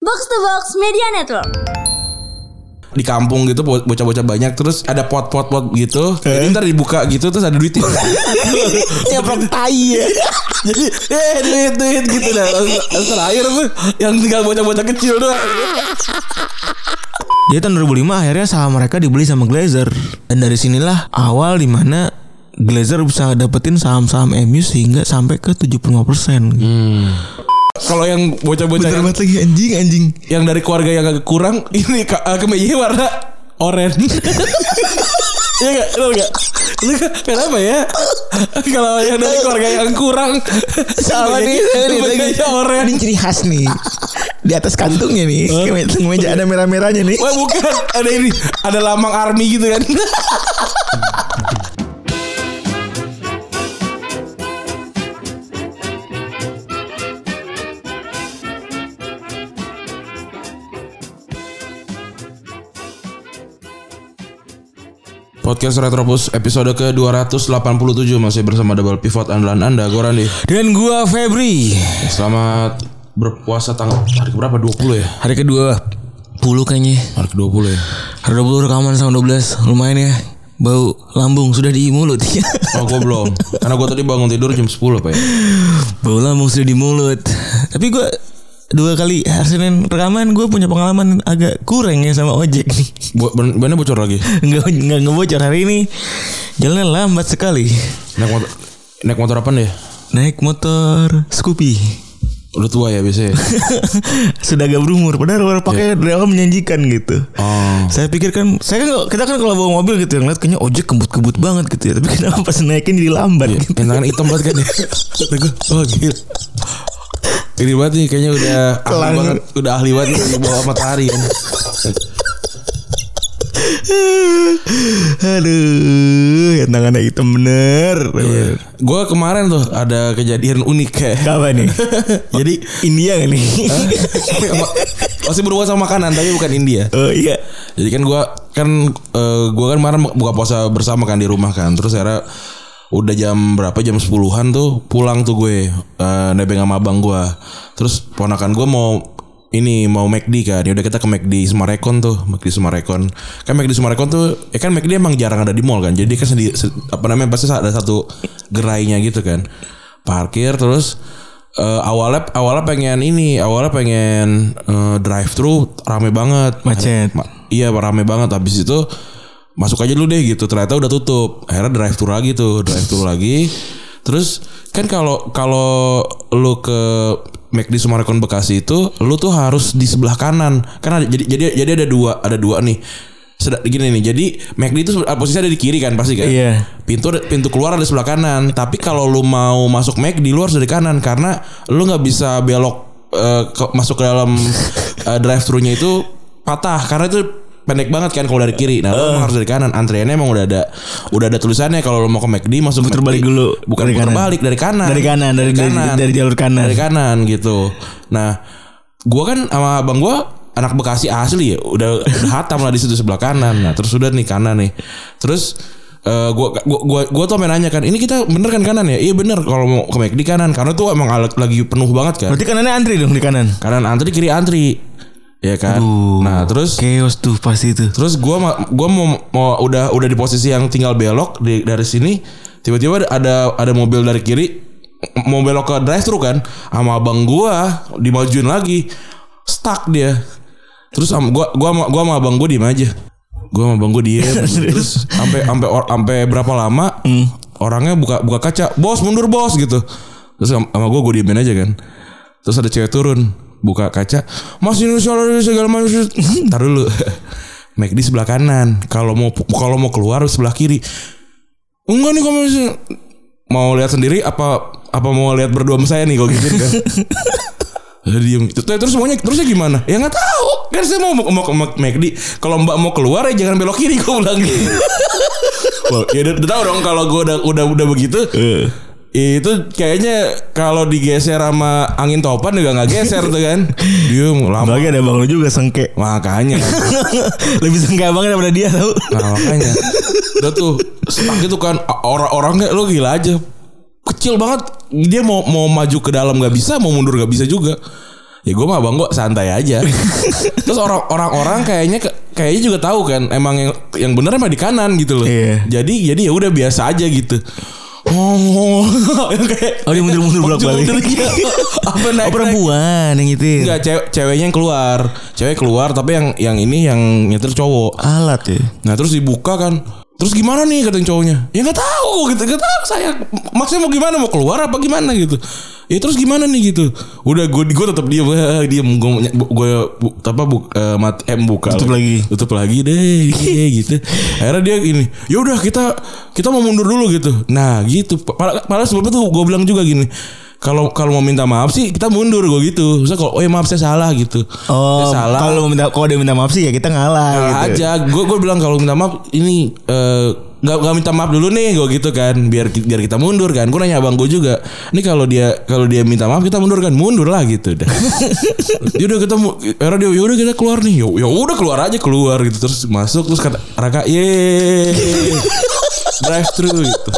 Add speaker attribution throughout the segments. Speaker 1: Box to Box Media Network.
Speaker 2: di kampung gitu bo- bocah-bocah banyak terus ada pot-pot-pot gitu jadi
Speaker 3: Eh?
Speaker 2: ntar dibuka gitu terus ada duitnya
Speaker 3: Nyeplok tai ya.
Speaker 2: jadi eh duit duit gitu dah Langsung- langsung terakhir tuh yang tinggal bocah-bocah kecil doang
Speaker 3: Jadi tahun 2005 akhirnya saham mereka dibeli sama Glazer. Dan dari sinilah awal dimana Glazer bisa dapetin saham-saham MU sehingga sampai ke 75%. gitu.
Speaker 2: kalau yang bocah-bocah yang,
Speaker 3: lagi anjing anjing.
Speaker 2: yang dari keluarga yang agak kurang ini ke kemejanya warna oranye Iya gak? Lu gak? Lu gak? Kenapa ya? Kalau yang dari keluarga yang kurang
Speaker 3: Sama nih, sama nih, lagi.
Speaker 2: Kemejanya oranye
Speaker 3: Ini ciri khas nih. Di atas kantungnya nih, Ke meja ada merah-merahnya nih.
Speaker 2: Wah bukan Ada ini Ada lambang army gitu kan Podcast Retropus episode ke-287 masih bersama Double Pivot andalan Anda, gue Randi.
Speaker 3: Dan gua Febri.
Speaker 2: Selamat berpuasa tanggal hari berapa? 20 ya?
Speaker 3: Hari kedua 10 kayaknya.
Speaker 2: Hari ke-20 ya.
Speaker 3: Hari 20 rekaman sama 12. Lumayan ya. Bau lambung sudah di mulut ya.
Speaker 2: Oh gue belum Karena gue tadi bangun tidur jam 10 Pak ya
Speaker 3: Bau lambung sudah di mulut. Tapi gua dua kali hari Senin rekaman gue punya pengalaman agak kurang ya sama ojek nih.
Speaker 2: Bo- ban- Bannya bocor lagi
Speaker 3: Nggak nggak ngebocor hari ini. Jalannya lambat sekali.
Speaker 2: Naik motor Naik motor apa nih
Speaker 3: Naik motor Scoopy.
Speaker 2: Udah tua ya biasanya
Speaker 3: Sudah agak berumur padahal orang pakai dari awal menjanjikan gitu.
Speaker 2: Oh
Speaker 3: Saya pikir kan, saya kan nggak- kita kan kalau bawa mobil gitu yang lihat kayaknya ojek kebut-kebut banget gitu ya. Tapi kenapa pas naikin jadi lambat gitu.
Speaker 2: Yang tangan Iya, hitam banget kan ya Kata gua, Oh gila Ini banget nih kayaknya udah ahli
Speaker 3: Kelang.
Speaker 2: banget Udah ahli banget nih di bawah matahari kan
Speaker 3: Aduh, yang tangannya hitam
Speaker 2: Iya.
Speaker 3: bener. bener.
Speaker 2: Gue kemarin tuh ada kejadian unik kayak
Speaker 3: Apa nih?
Speaker 2: Jadi
Speaker 3: India kan nih?
Speaker 2: Masih berhubungan sama makanan tapi bukan India
Speaker 3: oh iya.
Speaker 2: Jadi kan gua kan eh, gua kan kemarin buka puasa bersama kan di rumah kan. Terus akhirnya udah jam berapa jam 10-an tuh pulang tuh gue eh, nebeng sama abang gua. Terus ponakan gua mau ini mau McD kan. Ya udah kita ke McD Semarekon tuh, McD Semarekon. Kan McD Semarekon tuh ya kan McD emang jarang ada di mall kan. Jadi dia kan sendiri se- apa namanya pasti ada satu gerainya gitu kan. Parkir terus eh, awalnya awalnya pengen ini, awalnya pengen drive thru rame banget.
Speaker 3: Macet.
Speaker 2: Ma- Iya rame banget habis itu masuk aja dulu deh gitu ternyata udah tutup akhirnya drive thru lagi tuh drive thru lagi terus kan kalau kalau lu ke McD Sumarekon Bekasi itu lu tuh harus di sebelah kanan kan ada, jadi jadi jadi ada dua ada dua nih Seda- gini nih jadi McD itu sebe- posisinya ada di kiri kan pasti kan
Speaker 3: Iya.
Speaker 2: pintu pintu keluar ada di sebelah kanan tapi kalau lu mau masuk McD lu harus dari kanan karena lu nggak bisa belok eh, ke- masuk ke dalam drive thru nya itu patah karena itu pendek banget kan kalau dari kiri
Speaker 3: Eh.
Speaker 2: nah lu emang harus dari kanan antriannya emang udah ada udah ada tulisannya kalau lu mau ke McD masuk
Speaker 3: Puter
Speaker 2: McD.
Speaker 3: balik dulu.
Speaker 2: bukan
Speaker 3: Dari
Speaker 2: puter
Speaker 3: kanan.
Speaker 2: balik dari kanan
Speaker 3: Dari kanan, dari- dari- dari jalur kanan.
Speaker 2: dari kanan gitu nah gua kan sama abang gua anak Bekasi asli ya udah udah hatam lah di situ sebelah kanan nah terus udah nih kanan nih terus eh, gua, gua gua gua tuh main nanya kan ini kita bener kan kanan ya iya bener kalau mau ke McD kanan karena tuh emang al- lagi penuh banget kan
Speaker 3: Berarti kanannya antri dong di kanan.
Speaker 2: kanan antri kiri antri ya kan nah terus
Speaker 3: Chaos tuh pasti itu.
Speaker 2: Terus gua ma- gua mau mau udah udah di posisi yang tinggal belok di- dari sini tiba-tiba ada- ada ada mobil dari kiri m- mau belok ke drive thru kan sama abang gua dimajuin lagi stuck dia. Terus am, gua gua sama, gua sama abang gua diem aja. Gua sama abang gua diem. Terus sampai sampai or- sampai berapa lama orangnya buka buka kaca, "Bos, mundur, bos." gitu. Terus sama sama gua gua diemin aja kan. Terus ada cewek turun buka kaca, "Mas Indonesia segala macam." Entar dulu. McD sebelah kanan. Kalau mau kalau mau keluar sebelah kiri. Enggak nih kamu masih- mau lihat sendiri apa apa mau lihat berdua sama saya nih kalau gitu kan. Terus diem gitu. Terus terus semuanya terusnya gimana? Ya nggak tahu. Kan saya mau mau ke Mac- McD. Kalau Mbak mau keluar ya jangan belok kiri gue bilang gitu. Wah, ya udah, udah tahu dong kalau gue udah udah udah begitu.
Speaker 3: Iya. Eh,
Speaker 2: Itu kayaknya kalau digeser sama angin topan juga nggak geser tuh kan. Dia lama.
Speaker 3: Bagi ada bang lu juga sengke.
Speaker 2: Makanya.
Speaker 3: Lebih sengke abangnya daripada dia tau.
Speaker 2: Nah makanya Udah tuh Stuck gitu kan A- Orang-orangnya lo gila aja Kecil banget Dia mau mau maju ke dalam gak bisa Mau mundur gak bisa juga ya gue mah abang gue santai aja terus orang orang orang kayaknya ke- kayaknya juga tahu kan emang yang yang bener emang di kanan gitu loh
Speaker 3: Iya.
Speaker 2: jadi jadi ya udah biasa aja gitu oh, kayak
Speaker 3: Oh, dia mundur-mundur bolak-balik.
Speaker 2: Mundur-mundur, iya. apa naik
Speaker 3: Oh perempuan yang nyetir
Speaker 2: Enggak, cewek, ceweknya yang keluar. Cewek keluar tapi yang yang ini yang nyetir cowok.
Speaker 3: Alat ya
Speaker 2: Nah, terus dibuka kan. Terus gimana nih kata yang cowoknya? Ya nggak tahu gitu, nggak tahu saya. Maksudnya mau gimana? Mau keluar apa gimana gitu? Ya terus gimana nih gitu? Udah gue gue tetap diem, eh, diem gue gue bu- apa bu, eh, mat eh, buka
Speaker 3: Tutup lagi.
Speaker 2: tutup lagi deh iya, gitu akhirnya dia ini ya udah kita kita mau mundur dulu gitu nah gitu padahal padahal sebelumnya tuh gue bilang juga gini kalau kalau mau minta maaf sih kita mundur gue gitu Maksudnya kalau oh ya maaf saya salah gitu
Speaker 3: Oh
Speaker 2: saya salah
Speaker 3: Kalau minta, kalau dia minta maaf sih ya kita ngalah
Speaker 2: Salah
Speaker 3: gitu
Speaker 2: aja gue gue bilang kalau minta maaf ini eh, nggak nggak minta maaf dulu nih gue gitu kan biar ki- biar kita mundur kan gue nanya abang gue juga ini kalau dia kalau dia minta maaf kita mundur kan mundur lah gitu dah yaudah kita mu- era dia yaudah kita keluar nih ya udah keluar aja keluar gitu terus masuk terus kata raka ye drive thru gitu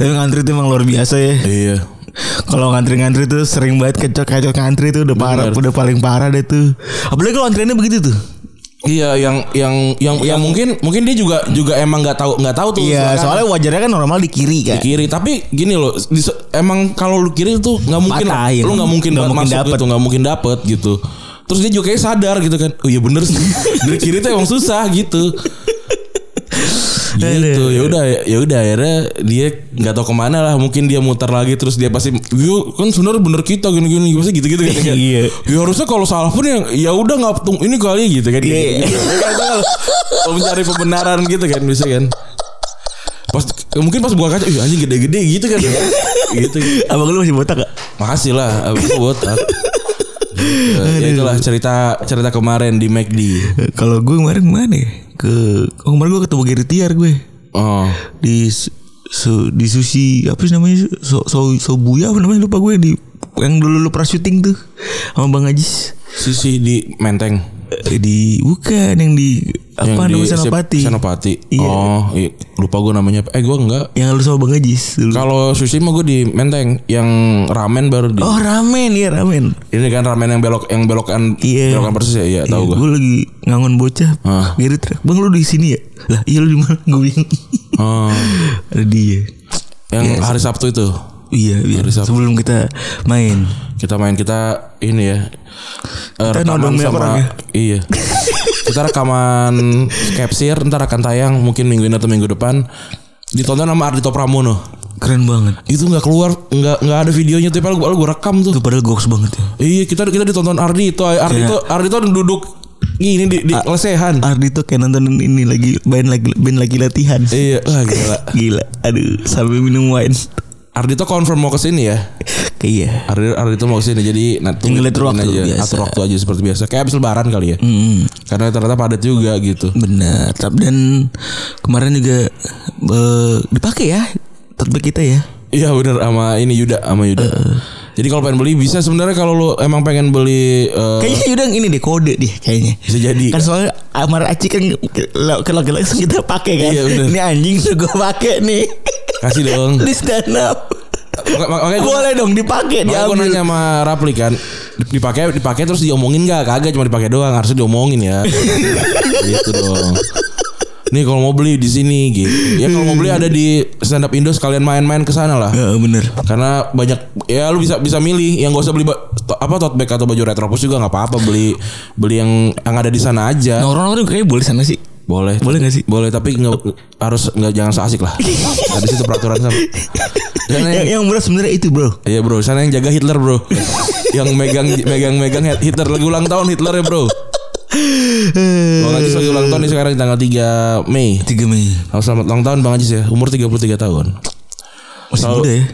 Speaker 3: Tapi ngantri itu emang luar biasa ya
Speaker 2: iya
Speaker 3: Kalau ngantri-ngantri tuh sering banget kecok-kecok ngantri tuh udah parah, udah paling parah deh tuh. Apalagi kalau antriannya begitu tuh.
Speaker 2: iya yang yang yang yang mungkin mungkin dia juga juga emang nggak tahu nggak tahu tuh
Speaker 3: Iya,
Speaker 2: silakan.
Speaker 3: soalnya wajarnya kan normal di kiri kan.
Speaker 2: kiri tapi gini loh di se- emang kalau lu kiri tuh nggak mungkin lah.
Speaker 3: Patahin.
Speaker 2: lu nggak mungkin
Speaker 3: Nggak
Speaker 2: ba-
Speaker 3: mungkin
Speaker 2: masuk
Speaker 3: dapet.
Speaker 2: gitu nggak mungkin dapet gitu terus dia juga kayak sadar gitu kan oh iya bener sih dari kiri tuh emang susah gitu gitu ya udah ya udah akhirnya dia nggak tahu kemana lah mungkin dia muter lagi terus dia pasti "Yo, kan sebenarnya bener kita gini gini pasti gitu gitu kan
Speaker 3: Iya.
Speaker 2: ya harusnya kalau salah pun yang ya udah nggak tung- ini kali gitu kan
Speaker 3: Iya.
Speaker 2: Gitu. Kan kalau- kalau mencari pembenaran gitu kan bisa kan pas eh, mungkin pas buka kaca ih anjing gede-gede gitu kan gitu
Speaker 3: Abang lu masih botak gak?
Speaker 2: makasih lah abis itu botak Gitu. ya itulah cerita cerita kemarin di McD
Speaker 3: Kalau gue kemarin kemana ya? Ke oh, kemarin gue ketemu Gary Tiar gue
Speaker 2: oh
Speaker 3: di su- su- di sushi apa sih namanya so, so, sobuya apa namanya lupa gue di yang dulu lu pernah syuting tuh sama Bang Ajis
Speaker 2: sisi di Menteng
Speaker 3: Eh, di bukan yang di apa
Speaker 2: di
Speaker 3: namanya
Speaker 2: Sep-
Speaker 3: Senopati
Speaker 2: Senopati
Speaker 3: Iya.
Speaker 2: oh iya. lupa gue namanya apa. eh gue enggak
Speaker 3: yang lu sama Bang Ajis dulu.
Speaker 2: kalau sushi mah gue di Menteng yang ramen baru di
Speaker 3: Oh ramen ya ramen
Speaker 2: ini kan ramen yang belok yang belokan
Speaker 3: Iya.
Speaker 2: belokan persis ya iya tahu gue
Speaker 3: Iya, Gue lagi ngangon bocah.
Speaker 2: Ah.
Speaker 3: Gary teriak, bang lu di sini ya? Lah iya lu di mana? Gue bingung. Ah.
Speaker 2: oh,
Speaker 3: Ada dia.
Speaker 2: yang hari Sabtu itu
Speaker 3: Iya, iya. Sebelum kita main.
Speaker 2: kita main kita ini ya eh, rekaman
Speaker 3: nodongnya
Speaker 2: sama
Speaker 3: perang ya.
Speaker 2: iya kita rekaman capsir ntar akan tayang mungkin minggu ini atau minggu depan ditonton sama Ardito Pramono
Speaker 3: Keren banget.
Speaker 2: itu nggak keluar nggak nggak ada videonya tapi padahal gue rekam tuh
Speaker 3: Itu padahal goks banget ya.
Speaker 2: iya kita kita ditonton Ardito Ardito
Speaker 3: Iya.
Speaker 2: Ardito duduk ini di, di
Speaker 3: Ah.
Speaker 2: lesehan
Speaker 3: Ardi tuh kayak nonton ini lagi main lagi main lagi latihan.
Speaker 2: iya wah gila
Speaker 3: Gila. Aduh, sambil minum wine.
Speaker 2: Ardito confirm mau kesini ya
Speaker 3: Kayak iya.
Speaker 2: Ardito, Ardito mau kesini jadi nanti
Speaker 3: Ngeliat waktu
Speaker 2: aja,
Speaker 3: biasa.
Speaker 2: atur waktu aja seperti biasa kayak abis lebaran kali ya
Speaker 3: Mm,
Speaker 2: karena ternyata padat juga gitu
Speaker 3: benar. Tapi dan kemarin juga eh, dipakai ya topik kita ya.
Speaker 2: Iya bener sama ini Yuda sama Yuda. Jadi kalau pengen beli bisa sebenarnya kalau lu emang pengen beli eh,
Speaker 3: Kayaknya Yuda yang ini deh kode dia kayaknya.
Speaker 2: bisa jadi
Speaker 3: Kan soalnya Amar Aci kan kalau kalau langsung kita pakai kan.
Speaker 2: Iya, bener.
Speaker 3: Ini anjing tuh gue pakai nih.
Speaker 2: kasih dong.
Speaker 3: Di stand up.
Speaker 2: Maka- Makanya gua-
Speaker 3: Eh, Boleh dong dipakai
Speaker 2: makanya gue
Speaker 3: diambil.
Speaker 2: nanya sama Rapli kan dip- dipakai dipakai terus diomongin gak kagak cuma dipakai doang harusnya diomongin ya gitu dong nih kalau mau beli di sini gitu ya kalau mau beli ada di stand up Indo sekalian main-main ke sana lah
Speaker 3: Heeh, "Eh, bener.
Speaker 2: karena banyak ya lu bisa bisa milih yang gak usah beli ba- to- apa tote bag atau baju retropus juga nggak apa-apa beli beli yang yang ada di sana aja
Speaker 3: Orang-orang kayaknya boleh sana sih.
Speaker 2: Boleh.
Speaker 3: Boleh nggak sih?
Speaker 2: Boleh tapi nggak harus nggak jangan seasik lah. Ada situ peraturan sama. Sana
Speaker 3: Yang,
Speaker 2: yang,
Speaker 3: Eh, yang berat sebenarnya itu bro.
Speaker 2: Iya bro, sana yang jaga Hitler bro. yang megang megang megang Hitler lagi ulang tahun Hitler ya bro. Bang Ajis lagi ulang tahun nih sekarang di tanggal 3 Mei.
Speaker 3: Tiga Mei.
Speaker 2: Selamat, selamat ulang tahun Bang Ajis ya. Umur 33 tahun.
Speaker 3: Masih
Speaker 2: Kalau-
Speaker 3: muda ya.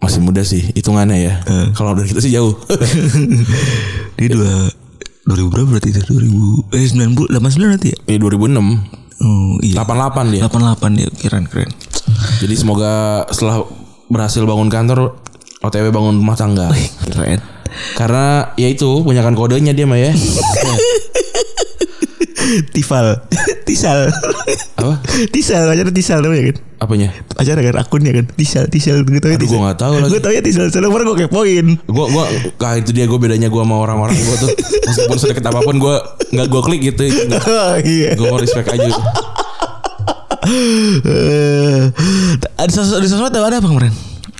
Speaker 2: Masih muda sih hitungannya ya.
Speaker 3: Eh.
Speaker 2: Kalau dari kita sih jauh.
Speaker 3: Dia dua. 2000 berapa berarti itu? 2000 eh 90 89 nanti ya?
Speaker 2: Ini 2006,
Speaker 3: Oh iya.
Speaker 2: 88 dia.
Speaker 3: 88 ya keren keren.
Speaker 2: Jadi semoga setelah berhasil bangun kantor OTW bangun rumah tangga.
Speaker 3: Eh, Keren.
Speaker 2: Karena ya itu punyakan kodenya dia mah ya.
Speaker 3: Tifal. Tisal.
Speaker 2: Apa?
Speaker 3: Tisal, acara Tisal namanya kan.
Speaker 2: Apanya?
Speaker 3: Acara kan akunnya kan. Tisal, Tisal gue tau ya
Speaker 2: Aduh,
Speaker 3: Tisal.
Speaker 2: gua nggak tahu lagi.
Speaker 3: Gue tau ya Tisal. Soalnya kemarin gue kepoin.
Speaker 2: Gue gue kah itu dia gue bedanya gue sama orang-orang gue tuh meskipun sedekat apapun gue nggak gue klik gitu.
Speaker 3: Iya.
Speaker 2: Gue respect aja.
Speaker 3: Eh, Ada sos- di sosmed ada apa kemarin?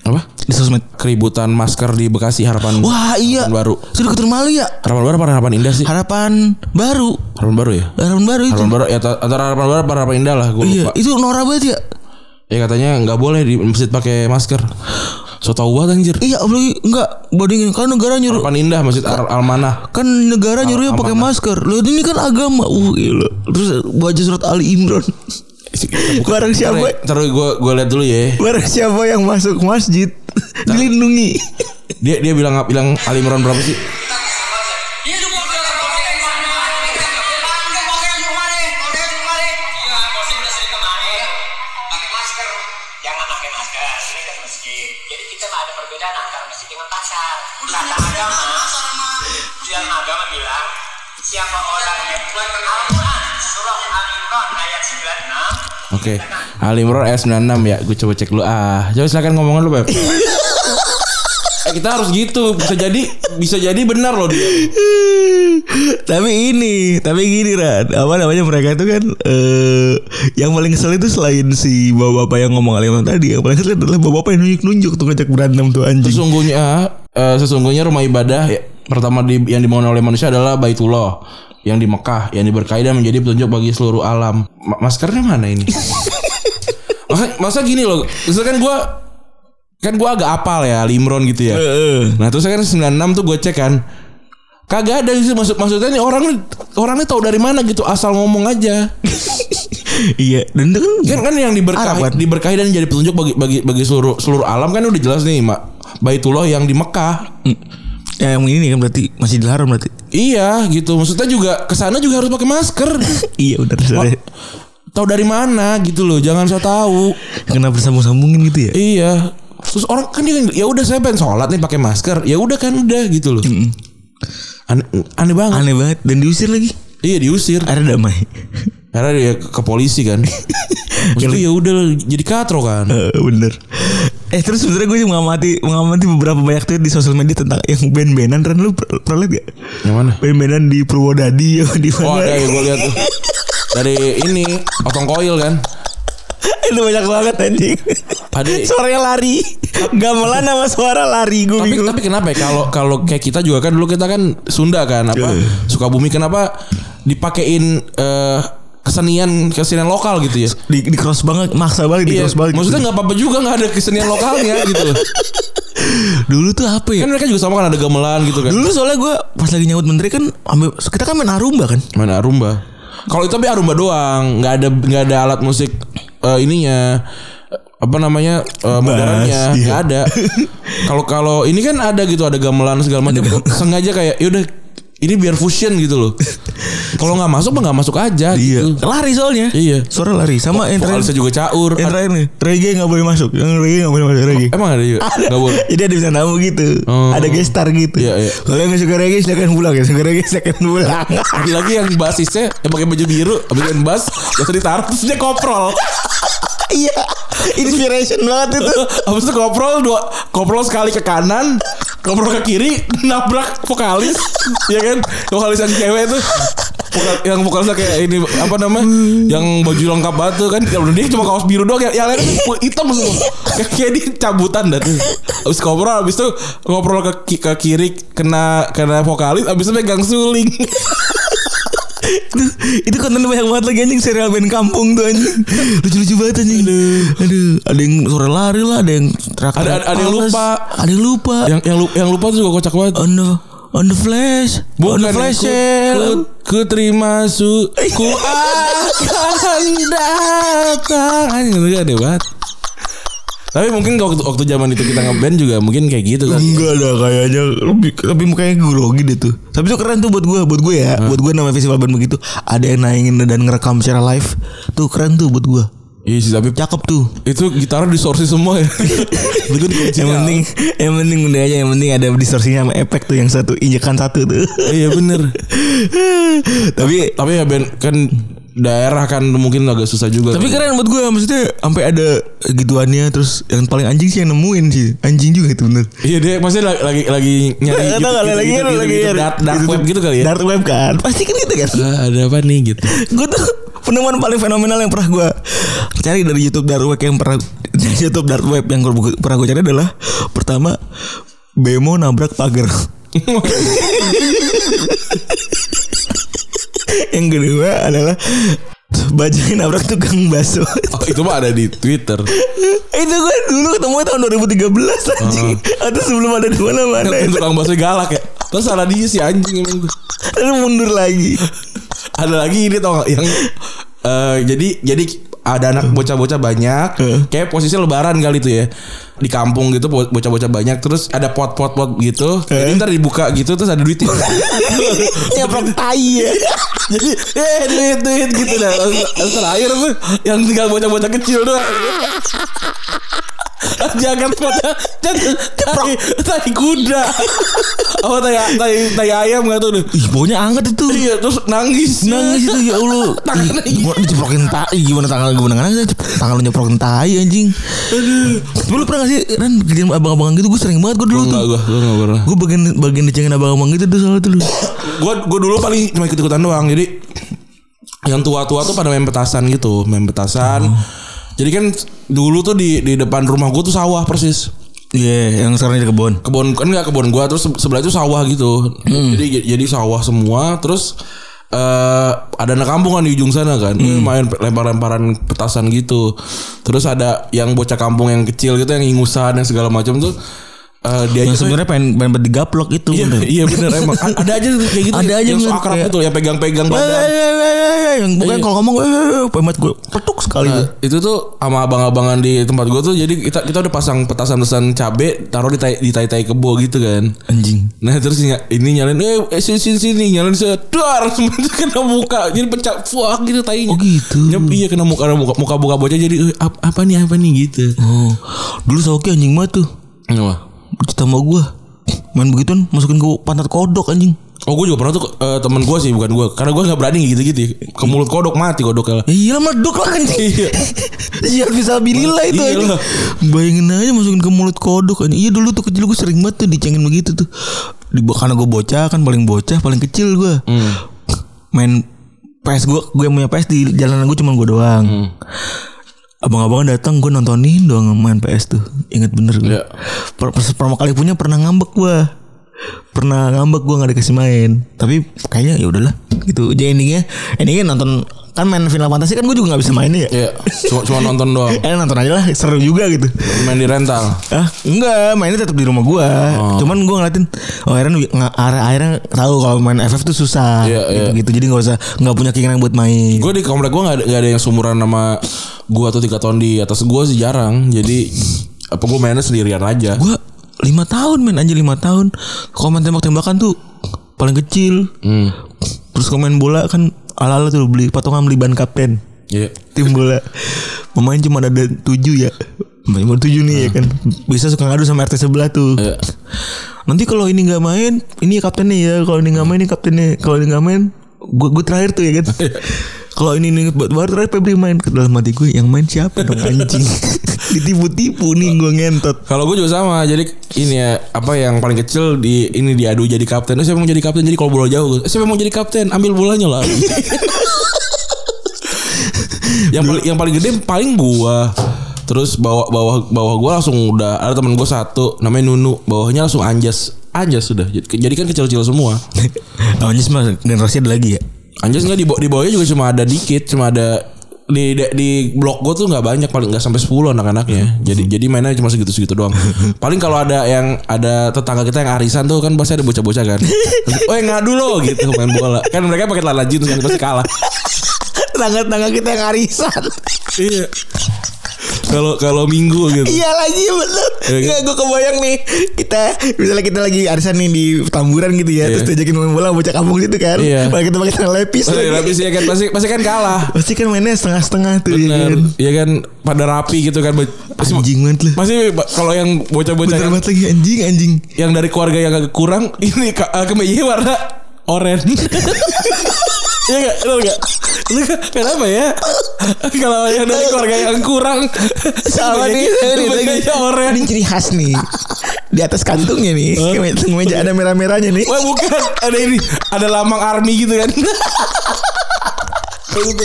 Speaker 2: Apa?
Speaker 3: Di sosmed.
Speaker 2: Keributan masker di Bekasi harapan.
Speaker 3: Wah iya.
Speaker 2: Harapan baru.
Speaker 3: Sudah ketemu malu ya.
Speaker 2: Harapan baru apa harapan indah sih?
Speaker 3: Harapan baru.
Speaker 2: Harapan baru ya.
Speaker 3: Harapan baru itu.
Speaker 2: Harapan baru ya ta- antara harapan baru apa harapan indah lah gue
Speaker 3: Iya,
Speaker 2: lupa.
Speaker 3: itu Nora banget ya.
Speaker 2: Ya katanya nggak boleh di masjid pakai masker. So tau banget anjir.
Speaker 3: Iya, apalagi enggak bandingin kan negara nyuruh
Speaker 2: Harapan indah masjid Al Almanah.
Speaker 3: kan negara nyuruhnya
Speaker 2: Al-
Speaker 3: pakai
Speaker 2: amanah.
Speaker 3: masker. Loh ini kan agama. Uh, gila. Terus baca surat Ali Imran.
Speaker 2: Iya,
Speaker 3: Barang siapa
Speaker 2: Terus gue gue lihat dulu ya.
Speaker 3: barang siapa yang masuk masjid
Speaker 2: Nah.
Speaker 3: dilindungi.
Speaker 2: Dia dia bilang bilang Ali Imran berapa sih?
Speaker 4: Jangan pakai masker, ini kan masjid. Jadi kita nggak ada perbedaan antara masjid dengan pasar. Kata agama, yang agama bilang siapa orang yang Al-Quran surah Al-Imran ayat 96
Speaker 2: Oke. Ali Imran s 96 ya. Gue coba cek dulu ah. Coba silakan ngomongan lu, Beb. Eh, kita harus gitu bisa jadi bisa jadi benar loh dia
Speaker 3: tapi ini, tapi gini Ran, apa namanya mereka itu kan eh yang paling kesel itu selain si bapak-bapak yang ngomong alim tadi, yang paling kesel adalah bapak-bapak yang nunjuk-nunjuk tuh ngajak berantem tuh anjing.
Speaker 2: sesungguhnya eh, sesungguhnya rumah ibadah ya, pertama di, yang dimohon oleh manusia adalah baitullah yang di Mekah yang diberkahi dan menjadi petunjuk bagi seluruh alam Ma- maskernya mana ini masa, masa gini loh misalkan gue kan gue agak apal ya Limron gitu ya
Speaker 3: Heeh.
Speaker 2: Nah terus kan 96 tuh gue cek kan Kagak ada sih maksud maksudnya nih orang nih- orangnya tahu dari mana gitu asal ngomong aja.
Speaker 3: iya, dan itu
Speaker 2: Kan
Speaker 3: kan
Speaker 2: kan yang diberkahi
Speaker 3: Arab kan?
Speaker 2: diberkahi dan jadi petunjuk bagi bagi bagi seluruh seluruh alam kan udah jelas nih, Mak. Baitullah yang di Mekah.
Speaker 3: Ya, yang ini kan berarti masih dilarang berarti.
Speaker 2: Iya gitu. Maksudnya juga kesana juga harus pakai masker.
Speaker 3: Iya udah sudah.
Speaker 2: tahu dari mana gitu loh. Jangan so tahu.
Speaker 3: Kena bersambung-sambungin gitu ya.
Speaker 2: Iya. Terus orang kan dia ya udah saya pengen sholat nih pakai masker. Ya udah kan udah gitu loh. Aneh, aneh banget.
Speaker 3: Aneh banget dan diusir lagi.
Speaker 2: Iya diusir.
Speaker 3: Ada damai.
Speaker 2: Karena dia ke, ke polisi kan. Maksudnya ya udah lah, jadi katro kan.
Speaker 3: Eh, bener. Eh terus sebenarnya gue juga mengamati mengamati beberapa banyak tweet di sosial media tentang yang band-bandan Ren lu per- pernah lihat gak?
Speaker 2: Yang mana?
Speaker 3: Band-bandan di Purwodadi yang di
Speaker 2: Oh ada
Speaker 3: mana?
Speaker 2: ya gue lihat tuh. Dari ini otong koil kan.
Speaker 3: itu banyak banget anjing.
Speaker 2: Ada
Speaker 3: Suaranya lari. Gamelan sama suara lari gue
Speaker 2: tapi
Speaker 3: bingung.
Speaker 2: tapi kenapa ya kalau kalau kayak kita juga kan dulu kita kan Sunda kan apa
Speaker 3: Iya.
Speaker 2: Sukabumi kenapa dipakein eh, kesenian kesenian lokal gitu ya.
Speaker 3: di, di cross banget, maksa banget di
Speaker 2: Iya,
Speaker 3: cross banget. gitu.
Speaker 2: maksudnya nggak apa-apa juga nggak ada kesenian lokalnya gitu.
Speaker 3: dulu tuh apa ya?
Speaker 2: Kan mereka juga sama kan ada gamelan gitu kan.
Speaker 3: Dulu soalnya gue pas lagi nyambut menteri kan ambil, kita kan main Arumba kan?
Speaker 2: Main Arumba. Kalau itu tapi Arumba doang, nggak ada nggak ada alat musik eh, ininya eh, apa namanya eh, modernnya
Speaker 3: iya.
Speaker 2: nggak ada. Kalau kalau ini kan ada gitu ada gamelan segala macam. Sengaja kayak yaudah ini biar fusion gitu loh. Kalau nggak masuk mah nggak masuk aja gitu.
Speaker 3: Lari soalnya.
Speaker 2: Iya.
Speaker 3: Suara lari sama yang
Speaker 2: Vokalisnya
Speaker 3: terakhir.
Speaker 2: juga caur.
Speaker 3: Yang terakhir nih, reggae nggak boleh masuk. Yang reggae nggak boleh masuk reggae.
Speaker 2: Emang ada juga? Nggak boleh.
Speaker 3: Jadi ada bisa tamu gitu.
Speaker 2: Oh.
Speaker 3: Ada gestar gitu.
Speaker 2: Iya, iya.
Speaker 3: Kalau yang nggak suka reggae silakan pulang ya. Suka reggae silakan pulang.
Speaker 2: Lagi-lagi yang basisnya yang pakai baju biru, habis main bass, biasa ditaruh terus dia koprol.
Speaker 3: Iya. Inspiration banget itu.
Speaker 2: Habis itu koprol dua koprol sekali ke kanan, koprol ke kiri, nabrak vokalis, ya kan? Vokalis yang cewek tuh Vokal- yang vokalisnya kayak ini apa namanya yang baju lengkap banget tuh kan kalau dia cuma kaos biru doang yang, yang lain tuh hitam semua kayak, kayak dia cabutan dah tuh abis ngobrol abis itu ngobrol ke, ki- ke kiri kena kena vokalis abis itu pegang suling
Speaker 3: Aduh, itu konten banyak banget lagi anjing serial band kampung tuh anjing. Lucu-lucu banget anjing. Aduh. Ada yang suara lari lah, ada yang terakhir.
Speaker 2: Ada- ada- ada yang
Speaker 3: panas,
Speaker 2: lupa.
Speaker 3: Ada yang lupa. Ya.
Speaker 2: yang yang, lu- yang lupa tuh juga kocak banget
Speaker 3: On the on the flash. on the
Speaker 2: Bukan
Speaker 3: flash.
Speaker 2: ku, ku,
Speaker 3: sale.
Speaker 2: ku terima su ku akan datang Anjing, itu gak ada banget tapi mungkin waktu waktu zaman itu kita ngeband juga mungkin kayak gitu kan
Speaker 3: Enggak lah kayaknya lebih tapi mukanya grogi deh tuh. Tapi itu keren tuh buat gue, buat gue ya, buat gue nama festival band begitu ada yang naingin dan ngerekam secara live. Tuh keren tuh buat gue.
Speaker 2: iya sih tapi
Speaker 3: Cakep tuh.
Speaker 2: itu gitar disorsi semua ya
Speaker 3: kan
Speaker 2: Begitu dikunci.
Speaker 3: Yang penting yang penting udah aja yang penting ada distorsinya sama efek tuh yang satu injekan satu tuh.
Speaker 2: iya bener
Speaker 3: tapi
Speaker 2: tapi ya band kan daerah kan mungkin agak susah juga.
Speaker 3: Tapi
Speaker 2: kan.
Speaker 3: keren buat gue maksudnya sampai ada gituannya terus yang paling anjing sih yang nemuin sih. Anjing juga itu bener.
Speaker 2: Iya dia maksudnya lagi lagi lagi nyari
Speaker 3: Nggak
Speaker 2: gitu-
Speaker 3: tahu,
Speaker 2: gitu-
Speaker 3: lagi kan,
Speaker 2: gitu-
Speaker 3: lagi
Speaker 2: gitu-
Speaker 3: nyari.
Speaker 2: dark, dark web gitu kali ya.
Speaker 3: Dark web kan. Pasti kan gitu kan.
Speaker 2: Ah, ada apa nih gitu.
Speaker 3: gue tuh penemuan paling fenomenal yang pernah gue cari dari YouTube dark web yang pernah dari YouTube dark web yang gua, pernah gue cari adalah pertama bemo nabrak pagar. yang kedua adalah bajai nabrak tukang bakso.
Speaker 2: Oh, itu mah ada di Twitter.
Speaker 3: itu gue dulu ketemu tahun 2013 anjing. Atau sebelum ada di mana-mana.
Speaker 2: Kan tukang bakso galak ya. Terus salah dia si anjing emang tuh.
Speaker 3: Lalu mundur lagi.
Speaker 2: Ada lagi ini tau gak yang eh, jadi jadi ada anak bocah-bocah banyak
Speaker 3: Heeh.
Speaker 2: kayak posisi lebaran kali itu ya di kampung gitu bo- bocah-bocah banyak terus ada pot-pot-pot gitu jadi
Speaker 3: Heeh.
Speaker 2: ntar dibuka gitu terus ada duitnya
Speaker 3: Nyaplok tai ya.
Speaker 2: jadi eh duit duit gitu dah Langsung- langsung terakhir tuh yang tinggal bocah-bocah kecil doang jangan pada tai tai kuda apa tai tai tai ayam nggak tuh tuh.
Speaker 3: Ih, baunya anget itu.
Speaker 2: iya terus nangis
Speaker 3: Nangis itu ya Allah.
Speaker 2: Tangannya
Speaker 3: Ih, Gimana diceplokin tai Gimana tangan gimana tangan Tangan lu nyeplokin tai anjing Tapi lu pernah gak sih Ran kejadian abang-abangan gitu Gue sering banget gue dulu
Speaker 2: Enggak
Speaker 3: tuh
Speaker 2: gue gue nggak pernah
Speaker 3: Gue bagian bagian dicengin abang-abang gitu tuh soalnya tuh lu
Speaker 2: gue gue dulu paling cuma ikut ikutan doang jadi yang tua-tua tuh pada main petasan gitu main petasan jadi kan dulu tuh di di depan rumah gue tuh sawah persis
Speaker 3: Iya yang sekarang di kebun
Speaker 2: kebun kan nggak kebun gua terus sebelah itu sawah gitu
Speaker 3: Hmm.
Speaker 2: jadi jadi sawah semua terus eh ada anak kampung kan di ujung sana
Speaker 3: Hmm.
Speaker 2: kan Eh, main pe- lempar-lemparan petasan gitu terus ada yang bocah kampung yang kecil gitu yang ingusan yang segala macam tuh eh dia
Speaker 3: Yang sebenarnya pengen pengen buat digaplok itu
Speaker 2: iya,
Speaker 3: bener. Eh,
Speaker 2: iya bener emang A- ada aja tuh kayak gitu
Speaker 3: Ada aja
Speaker 2: yang so
Speaker 3: bener,
Speaker 2: akrab
Speaker 3: kayak- Iya,
Speaker 2: gitu yang pegang-pegang
Speaker 3: eh,
Speaker 2: badan
Speaker 3: Yang bukan kalau ngomong eh, Pemat gue petuk sekali tuh.
Speaker 2: Nah, itu tuh sama abang-abangan di tempat gua tuh jadi kita kita udah pasang petasan-petasan cabe taruh di tai di tai kebo gitu kan
Speaker 3: Anjing
Speaker 2: Nah terus ny- ini nyalain eh eh, sini sini sini nyalain sedar semuanya kena muka jadi pecah fuck gitu tainya.
Speaker 3: Oh, gitu.
Speaker 2: Nyep, iya kena muka kena muka muka muka bocah jadi eh, ap- apa nih apa nih gitu.
Speaker 3: Oh Dulu Saoki anjing banget tuh
Speaker 2: Kenapa?
Speaker 3: Cerita sama gue Main begituan Masukin ke pantat kodok anjing
Speaker 2: Oh gue juga pernah tuh eh, teman gue sih bukan gue karena gue nggak berani gitu-gitu ke mulut kodok mati kodoknya lah.
Speaker 3: Ya Iya meleduk lah anjing
Speaker 2: Iya.
Speaker 3: Iya bisa bilillah itu
Speaker 2: Iya
Speaker 3: anjing.
Speaker 2: lah.
Speaker 3: Bayangin aja masukin ke mulut kodok anjing. Iya dulu tuh kecil gue sering banget tuh dicengin begitu tuh. Di karena gue bocah kan paling bocah paling kecil gue.
Speaker 2: Hmm.
Speaker 3: Main PS gue gue yang punya PS di jalanan gue cuma gue doang.
Speaker 2: Hmm.
Speaker 3: Abang-abang datang gue nontonin doang main PS tuh. Ingat bener gue.
Speaker 2: Iya.
Speaker 3: Per- per- pertama kali punya pernah ngambek gue pernah ngambek gue nggak dikasih main tapi kayaknya ya udahlah gitu jadi endingnya endingnya nonton kan main final fantasy kan gue juga nggak bisa mainnya ya
Speaker 2: Iya. Cuma, cuma nonton doang.
Speaker 3: Eh nonton aja lah seru juga gitu.
Speaker 2: Main di rental.
Speaker 3: Ah, enggak, mainnya tetap di rumah gua. Cuman gua ngeliatin oh Aaron nga- Aaron- Aaron tahu kalau main FF tuh susah
Speaker 2: Iya, iya.
Speaker 3: gitu, gitu. Jadi nggak usah nggak punya keinginan buat main.
Speaker 2: Gue di komplek gue gak, ada- nggak ada yang seumuran sama gue atau tiga tahun di atas gue sih jarang. Jadi apa gue mainnya sendirian aja.
Speaker 3: Gua lima tahun main aja lima tahun. Kalau main tembak-tembakan tuh paling kecil.
Speaker 2: Hmm.
Speaker 3: Terus kalau main bola kan ala-ala tuh beli patungan beli ban kapten.
Speaker 2: Iya.
Speaker 3: Tim bola pemain cuma ada tujuh ya. Pemain Cuma tujuh nih ya kan. Bisa suka ngadu sama RT sebelah tuh.
Speaker 2: Iya.
Speaker 3: Nanti kalau ini nggak main, ini kaptennya ya. Kalau ini nggak main, ini kaptennya. Kalau ini nggak main, gue gue terakhir tuh ya kan. kalau ini nih buat baru terakhir Febri main ke dalam hati gue yang main siapa dong anjing. Ditipu-tipu nih gue ngentot.
Speaker 2: Kalau gue juga sama. Jadi ini ya apa yang paling kecil di ini diadu jadi kapten. Eh, siapa yang mau jadi kapten? Jadi kalau bola jauh, eh, siapa yang mau jadi kapten? Ambil bolanya lah. yang paling yang paling gede paling gua. Terus bawah bawah bawah gua langsung udah ada teman gua satu namanya Nunu. Bawahnya langsung Anjas. Anjas sudah. Jadi jadi kan kecil-kecil semua.
Speaker 3: Awalnya cuma Nah, generasi ada lagi ya.
Speaker 2: Anjas nggak di, bawah- di bawahnya juga cuma ada dikit, cuma ada di di, di blok gue tuh nggak banyak paling nggak sampai 10 anak-anaknya. Jadi jadi mainnya cuma segitu-segitu doang. Paling kalau ada yang ada tetangga kita yang arisan tuh kan pasti ada bocah-bocah kan. Oh ngadu lo gitu main bola. Kan mereka pakai celana jeans kan pasti kalah.
Speaker 3: Tangga-tangga kita yang arisan.
Speaker 2: Iya. Kalau kalau minggu gitu.
Speaker 3: Iya lagi bener
Speaker 2: Iya,
Speaker 3: Nggak gue kebayang nih Kita Misalnya kita lagi arisan nih Di tamburan gitu ya
Speaker 2: Iya.
Speaker 3: Terus diajakin main bola Bocah kampung gitu kan
Speaker 2: Iya.
Speaker 3: Malah kita pakai tangan lepis
Speaker 2: Pasti
Speaker 3: lagi.
Speaker 2: lapis ya kan pasti pasti kan kalah.
Speaker 3: Pasti kan mainnya setengah-setengah tuh ya
Speaker 2: Bener.
Speaker 3: kan?
Speaker 2: Iya kan pada rapi gitu kan. Pasti
Speaker 3: Anjing banget lu
Speaker 2: pasti kalau yang bocah-bocah
Speaker 3: Bentar
Speaker 2: yang-
Speaker 3: banget lagi anjing anjing
Speaker 2: yang dari keluarga yang agak kurang eh, ini ke kemejanya warna oranye. Iya enggak? Benar enggak? Lu Kenapa ya? Kalau yang dari keluarga yang kurang
Speaker 3: Sama nih, sama nih, lagi.
Speaker 2: Bedanya oren.
Speaker 3: Ini ciri khas nih. Di atas kantungnya nih, kemeja kemeja ada merah-merahnya nih.
Speaker 2: Wah bukan Ada ini Ada lambang army gitu kan itu,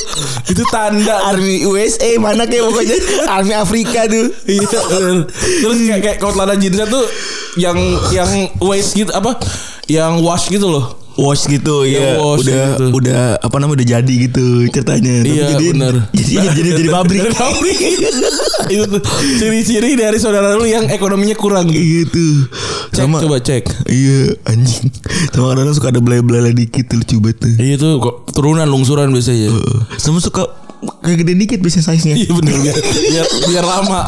Speaker 2: itu tanda
Speaker 3: Army USA mana kayak pokoknya Army Afrika tuh.
Speaker 2: Iya, bener. Terus kayak, kayak kalau celana jeansnya tuh Yang Yang waist gitu Apa Yang wash gitu loh
Speaker 3: Wash gitu ya,
Speaker 2: wash
Speaker 3: udah
Speaker 2: gitu.
Speaker 3: udah apa namanya udah jadi gitu ceritanya. Tapi
Speaker 2: Iya,
Speaker 3: jadi,
Speaker 2: bener.
Speaker 3: Jadi jadi jadi pabrik.
Speaker 2: Dari pabrik. Itu tuh Ciri-ciri dari saudara lu Yang ekonominya kurang
Speaker 3: gitu.
Speaker 2: Cek
Speaker 3: Sama
Speaker 2: coba cek
Speaker 3: Iya anjing Sama kadang suka ada belai-belai dikit lucu banget tuh.
Speaker 2: Iya tuh kok turunan lungsuran biasanya.
Speaker 3: Heeh. Sama suka kegedean dikit biasanya size-nya.
Speaker 2: Iya bener biar, biar, biar lama.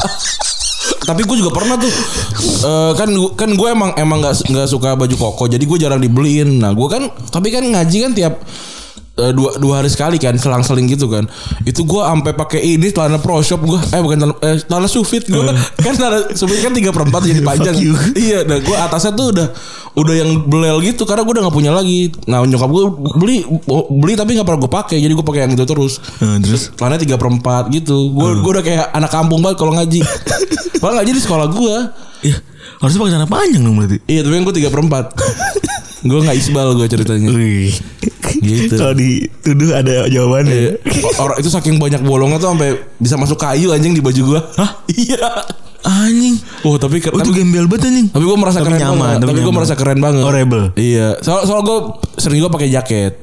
Speaker 2: Tapi gue juga pernah tuh eh, kan gua- kan gue emang emang nggak nggak suka baju koko jadi gue jarang dibeliin. Nah gue kan tapi kan ngaji kan tiap eh, dua dua hari sekali kan selang-seling gitu kan itu gue sampai pakai ini celana pro shop gue eh bukan celana, eh, celana sufit gue kan celana sufit kan tiga perempat jadi panjang
Speaker 3: you.
Speaker 2: iya nah gue atasnya tuh udah udah yang belel gitu karena gue udah nggak punya lagi nah nyokap gue beli beli tapi nggak pernah gue pakai jadi gue pakai yang itu terus
Speaker 3: Nah, terus
Speaker 2: Celana tiga per empat gitu.
Speaker 3: Hmm.
Speaker 2: Gue gua udah kayak anak kampung banget kalau ngaji. Padahal ngaji di sekolah gue.
Speaker 3: ya, harusnya pakai celana panjang dong berarti.
Speaker 2: Iya tapi gue tiga per empat. gue nggak isbal gue ceritanya.
Speaker 3: Wih.
Speaker 2: Gitu.
Speaker 3: Kalau dituduh ada
Speaker 2: O-
Speaker 3: jawabannya.
Speaker 2: Iya. Orang itu saking banyak bolongnya tuh sampai bisa masuk kayu anjing di baju gue. Hah? Iya.
Speaker 3: Anjing.
Speaker 2: Oh tapi
Speaker 3: Oh,
Speaker 2: tapi,
Speaker 3: itu gembel banget anjing.
Speaker 2: tapi gue merasa
Speaker 3: Tapi
Speaker 2: keren
Speaker 3: nyaman,
Speaker 2: banget.
Speaker 3: tapi
Speaker 2: Tapi, gue
Speaker 3: nyaman.
Speaker 2: merasa keren banget.
Speaker 3: Oh, rebel.
Speaker 2: Iya. Soal soal gue sering gue pakai jaket.